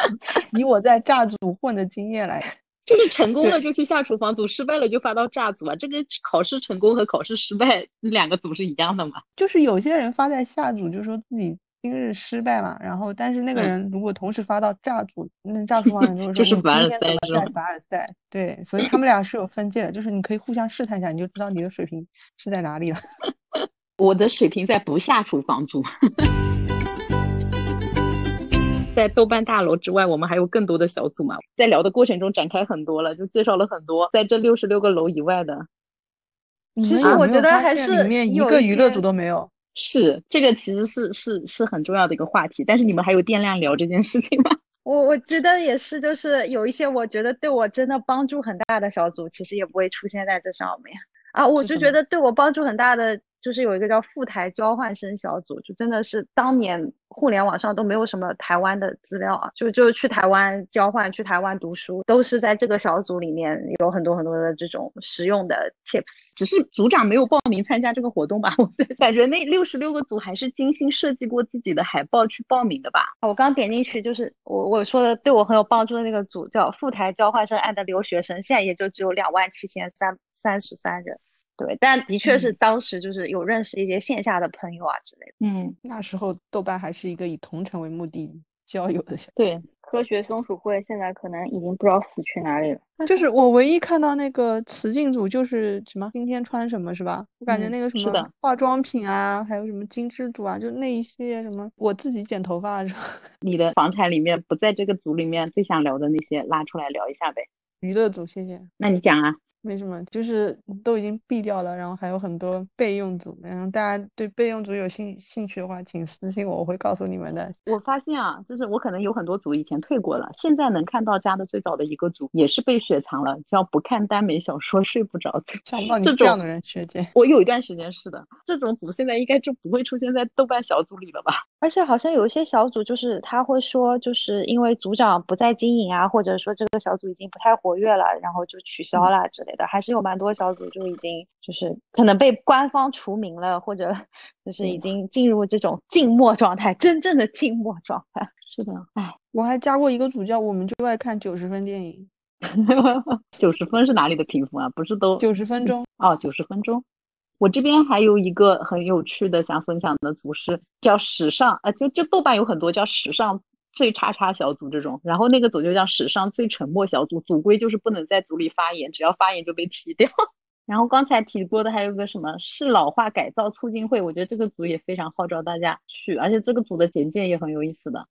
Speaker 3: 以我在炸组混的经验来，
Speaker 4: 就是成功了就去下厨房组，失败了就发到炸组啊。这跟考试成功和考试失败两个组是一样的嘛？
Speaker 3: 就是有些人发在下组，就说自己今日失败嘛，然后但是那个
Speaker 4: 嗯
Speaker 3: 人如果同时发到炸组，那炸厨房 人就会
Speaker 4: 就
Speaker 3: 说
Speaker 4: 是
Speaker 3: 你
Speaker 4: 凡
Speaker 3: 今天
Speaker 4: 尔
Speaker 3: 怎
Speaker 4: 赛
Speaker 3: 么
Speaker 4: 是
Speaker 3: 在
Speaker 4: 吗
Speaker 3: 凡尔赛？对，所以他们俩是有分界的，就是你可以互相试探一下，你就知道你的水平是在哪里了。
Speaker 4: 我的水平在不下厨房组。 在豆瓣大楼之外，我们还有更多的小组嘛？在聊的过程中展开很多了，就介绍了很多在这六十六个楼以外的。
Speaker 3: 你
Speaker 5: 其
Speaker 3: 们
Speaker 5: 实
Speaker 3: 有
Speaker 5: 我
Speaker 3: 没
Speaker 5: 觉
Speaker 3: 有
Speaker 5: 得
Speaker 3: 发
Speaker 5: 还
Speaker 3: 现
Speaker 5: 是
Speaker 3: 里面一
Speaker 5: 有
Speaker 3: 个
Speaker 5: 一
Speaker 3: 娱乐
Speaker 5: 些
Speaker 3: 组都没有。
Speaker 4: 是这个其实是是是很重要的一个话题，但是你们还有电量聊这件事情吗？
Speaker 5: 我我觉得也是，就是有一些我觉得对我真的帮助很大的小组，其实也不会出现在这上面啊。我
Speaker 4: 是
Speaker 5: 就
Speaker 4: 什
Speaker 5: 觉
Speaker 4: 么
Speaker 5: 得对我帮助很大的，就是有一个叫赴台交换生小组，就真的是当年互联网上都没有什么台湾的资料啊，就就去台湾交换、去台湾读书，都是在这个小组里面有很多很多的这种实用的 tips。
Speaker 4: 只是组长没有报名参加这个活动吧？我感觉那六十六个组还是精心设计过自己的海报去报名的吧？
Speaker 5: 啊我刚点进去，就是我我说的对我很有帮助的那个组叫“赴台交换生 and 留学生”，现在也就只有两万七千三三十三人。对，但的确是当时就是有认识一些线下的朋友啊之类的。
Speaker 4: 嗯，
Speaker 3: 那时候豆瓣还是一个以同城为目的交友的小
Speaker 4: 对，
Speaker 6: 科学松鼠会现在可能已经不知道死去哪里了。
Speaker 3: 就是我唯一看到那个雌竞组就是什么今天穿什么是吧？我感觉
Speaker 4: 嗯
Speaker 3: 那个什
Speaker 4: 是
Speaker 3: 么
Speaker 4: 的
Speaker 3: 化妆品啊，还有什么精致组啊，就那一系列什么我自己剪头发啊是吧？
Speaker 4: 你的房产里面不在这个组里面最想聊的那些拉出来聊一下呗？
Speaker 3: 娱乐组谢谢。
Speaker 4: 那你讲啊，
Speaker 3: 没什么，就是都已经毙掉了，然后还有很多备用组，然后大家对备用组有兴兴趣的话，请私信我，我会告诉你们的。
Speaker 4: 我发现啊，就是我可能有很多组以前退过了，现在能看到加的最早的一个组也是被雪藏了，叫不看耽美小说睡不着组。
Speaker 3: 想不到你
Speaker 4: 这
Speaker 3: 这样的
Speaker 4: 种
Speaker 3: 人，学姐。
Speaker 4: 我有一段时间是的，这种组现在应该就不会出现在豆瓣小组里了吧？
Speaker 5: 而且好像有一些小组，就是他会说，就是因为组长不再经营啊，或者说这个小组已经不太活跃了，然后就取消了之类的，还是有蛮多小组就已经就是可能被官方除名了，或者就是已经进入这种静默状态，真正的静默状态。
Speaker 4: 是的， 哎，
Speaker 3: 我还加过一个组叫“我们就爱看九十分电影
Speaker 4: 九十分是哪里的评分啊？不是都”，
Speaker 3: 九十分钟。
Speaker 4: 哦，九十分钟。我这边还有一个很有趣的想分享的组是叫史上，呃，就就豆瓣有很多叫史上最叉叉小组这种，然后那个组就叫史上最沉默小组，组规就是不能在组里发言，只要发言就被踢掉。 然后刚才提过的还有个什么适老化改造促进会，我觉得这个组也非常号召大家去，而且这个组的简介也很有意思的。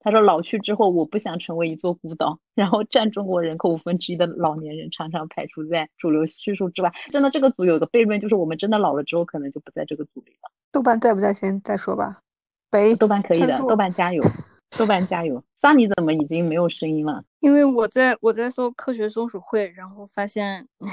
Speaker 4: 他说：“老去之后，我不想成为一座孤岛， 然后占中国人口五分之一的老年人常常排除在主流叙述之外。”真的，这个组有个悖论，就是我们真的老了之后，可能就不在这个组里了。
Speaker 3: 豆瓣在不在先再说吧。北，
Speaker 4: 豆瓣可以
Speaker 3: 撑
Speaker 4: 的，
Speaker 3: 住
Speaker 4: 豆瓣加油，豆瓣加油！桑尼怎么已经没有声音了？
Speaker 7: 因为我在我在搜科学松鼠会，然后发现，唉，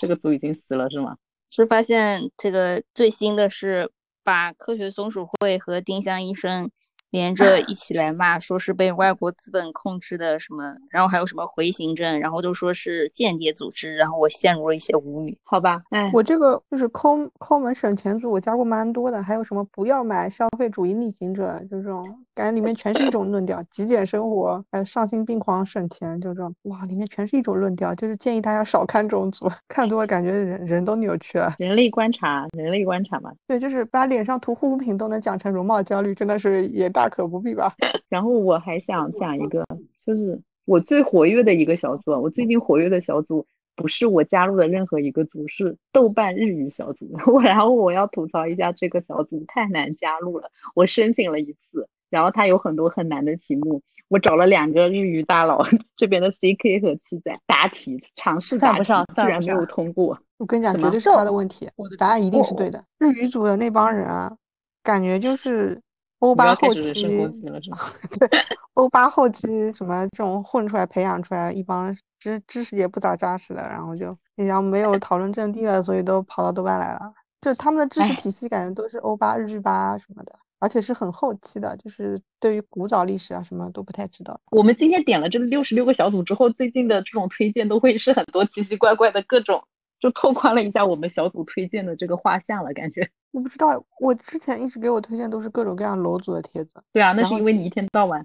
Speaker 4: 这个组已经死了是吗？
Speaker 7: 是发现这个最新的是把科学松鼠会和丁香医生连着一起来骂，说是被外国资本控制的什么，然后还有什么回形针，然后都说是间谍组织，然后我陷入了一些无语。
Speaker 4: 好吧，哎，
Speaker 3: 我这个就是抠抠门省钱组，我加过蛮多的，还有什么不要买消费主义逆行者，就这种感觉里面全是一种论调，极简生活，还有丧心病狂省钱，就这种哇，里面全是一种论调，就是建议大家少看这种组，看多了感觉人人都扭曲了。
Speaker 4: 人类观察，人类观察嘛。
Speaker 3: 对，就是把脸上涂护肤品都能讲成容貌焦虑，真的是也大可不必吧。
Speaker 4: 然后我还想讲一个，就是我最活跃的一个小组啊，我最近活跃的小组不是我加入的任何一个组，是豆瓣日语小组。 我然后我要吐槽一下这个小组太难加入了，我申请了一次，然后它有很多很难的题目，我找了两个日语大佬 这边的 CK 和七仔答题，尝试
Speaker 5: 算
Speaker 4: 答
Speaker 5: 不
Speaker 4: 题
Speaker 5: 上，
Speaker 4: 居
Speaker 5: 算不
Speaker 4: 然没有
Speaker 5: 上
Speaker 4: 通过。
Speaker 3: 我跟你讲，
Speaker 4: 什
Speaker 3: 绝
Speaker 4: 么
Speaker 3: 对是他的
Speaker 5: 这
Speaker 3: 问题。我的答案一定是
Speaker 5: 我
Speaker 3: 对的。日语组的那帮人啊，感觉就是欧
Speaker 4: 你
Speaker 3: 巴
Speaker 4: 要开
Speaker 3: 后
Speaker 4: 始人身攻
Speaker 3: 期，
Speaker 4: 击了是吗？
Speaker 3: 对，欧巴后期什么这种混出来、培养出来一帮知知识也不咋扎实的，然后就也要没有讨论阵地了，所以都跑到豆瓣来了。就他们的知识
Speaker 4: 唉
Speaker 3: 体系，感觉都是欧巴、日巴什么的，而且是很后期的，就是对于古早历史啊什么都不太知道。
Speaker 4: 我们今天点了这六十六个小组之后，最近的这种推荐都会是很多奇奇怪怪的各种，就拓宽了一下我们小组推荐的这个画像了，感觉。
Speaker 3: 我不知道，我之前一直给我推荐都是各种各样楼主的帖子。
Speaker 4: 对啊，那
Speaker 3: 然
Speaker 4: 是
Speaker 3: 后
Speaker 4: 因为你一天到晚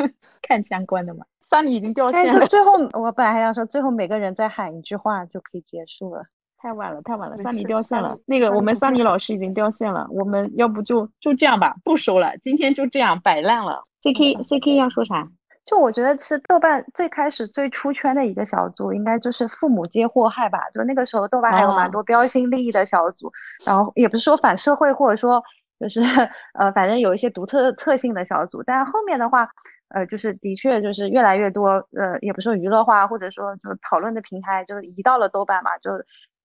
Speaker 4: 看相关的嘛。三里已经掉线
Speaker 5: 但
Speaker 4: 了
Speaker 5: 是，最后我本来还想说，最后每个人再喊一句话就可以结束了。
Speaker 4: 太晚了，太晚了，
Speaker 3: 没
Speaker 4: 三里
Speaker 3: 事
Speaker 4: 掉线
Speaker 3: 三
Speaker 4: 了
Speaker 3: 里。
Speaker 4: 那个
Speaker 3: 三
Speaker 4: 我
Speaker 3: 里
Speaker 4: 们
Speaker 3: 不
Speaker 4: 三
Speaker 3: 会
Speaker 4: 里老师已经掉线了，我们要不就就这样吧，不收了，今天就这样摆烂了。C 嗯 K C K 要说啥？
Speaker 5: 就我觉得是豆瓣最开始最出圈的一个小组，应该就是父母皆祸害吧。就那个时候豆瓣还有
Speaker 4: 哦
Speaker 5: 蛮多标新立异的小组，然后也不是说反社会，或者说就是呃，反正有一些独特特性的小组。但后面的话，呃，就是的确就是越来越多，呃，也不是说娱乐化，或者说就讨论的平台就移到了豆瓣嘛，就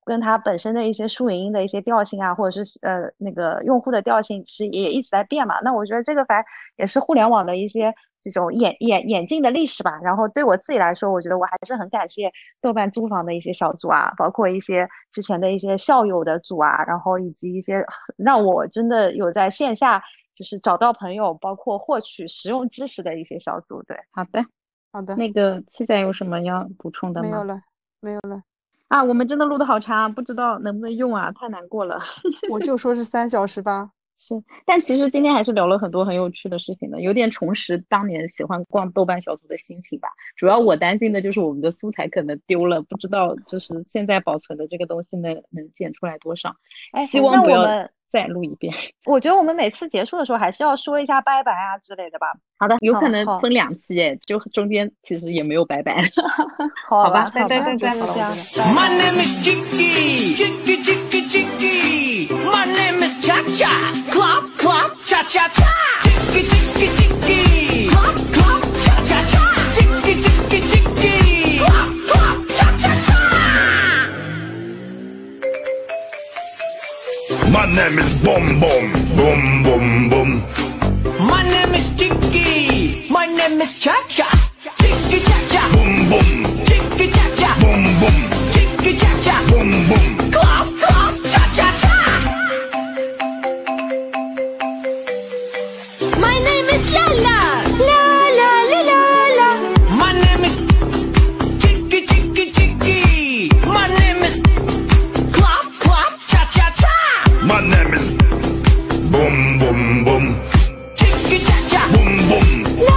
Speaker 5: 跟它本身的一些输赢的一些调性啊，或者是呃那个用户的调性是也一直在变嘛。那我觉得这个反也是互联网的一些这种演演演进的历史吧。然后对我自己来说，我觉得我还是很感谢豆瓣租房的一些小组啊，包括一些之前的一些校友的组啊，然后以及一些让我真的有在线下。就是找到朋友，包括获取实用知识的一些小组，对。
Speaker 4: 好的，
Speaker 3: 好的，
Speaker 4: 那个七仔有什么要补充的
Speaker 3: 没有
Speaker 4: 吗？
Speaker 3: 了，没有 了。
Speaker 4: 啊，我们真的录的好长，不知道能不能用啊，太难过了。
Speaker 3: 我就说是三小时吧。
Speaker 4: 是，但其实今天还是聊了很多很有趣的事情的，有点重拾当年喜欢逛豆瓣小组的心情吧。主要我担心的就是我们的素材可能丢了，不知道就是现在保存的这个东西能能剪出来多少。
Speaker 5: 哎
Speaker 4: 希
Speaker 5: 那
Speaker 4: 望不
Speaker 5: 我
Speaker 4: 要
Speaker 5: 们
Speaker 4: 再录一遍。
Speaker 5: 我觉得我们每次结束的时候还是要说一下拜拜啊之类的吧。
Speaker 4: 好的，有可
Speaker 5: 好
Speaker 4: 能
Speaker 5: 好
Speaker 4: 分两期诶，就中间其实也没有拜拜。
Speaker 5: 好
Speaker 4: 好吧
Speaker 5: 拜
Speaker 3: 好吧
Speaker 5: 拜拜拜，
Speaker 3: 好了
Speaker 5: 这样
Speaker 3: 我觉得
Speaker 8: My name is Jiggy, Jiggy, Jiggy, Jiggy. My name is Cha Cha, clap, clap, Cha Cha Cha. Jiggy, Jiggy, Jiggy, clap, clap, Cha Cha Cha. Jiggy, Jiggy, Jiggy, clap, clap, Cha Cha Cha.
Speaker 9: name is Boom Boom. Boom Boom Boom.
Speaker 8: My name is Chicky. My name is Cha Cha. Chicky Cha Cha.
Speaker 9: Boom Boom.
Speaker 8: Chicky Cha Cha.
Speaker 9: Boom Boom.
Speaker 8: Chicky Cha Cha.
Speaker 9: Boom Boom.
Speaker 8: Clap clap cha cha cha. My name is Lala. La la la la la. My name is Chicky Chicky Chicky. My name is clap clap cha cha cha.
Speaker 9: My name is Boom Boom Boom.
Speaker 8: Chicky cha cha.
Speaker 9: Boom Boom.
Speaker 8: La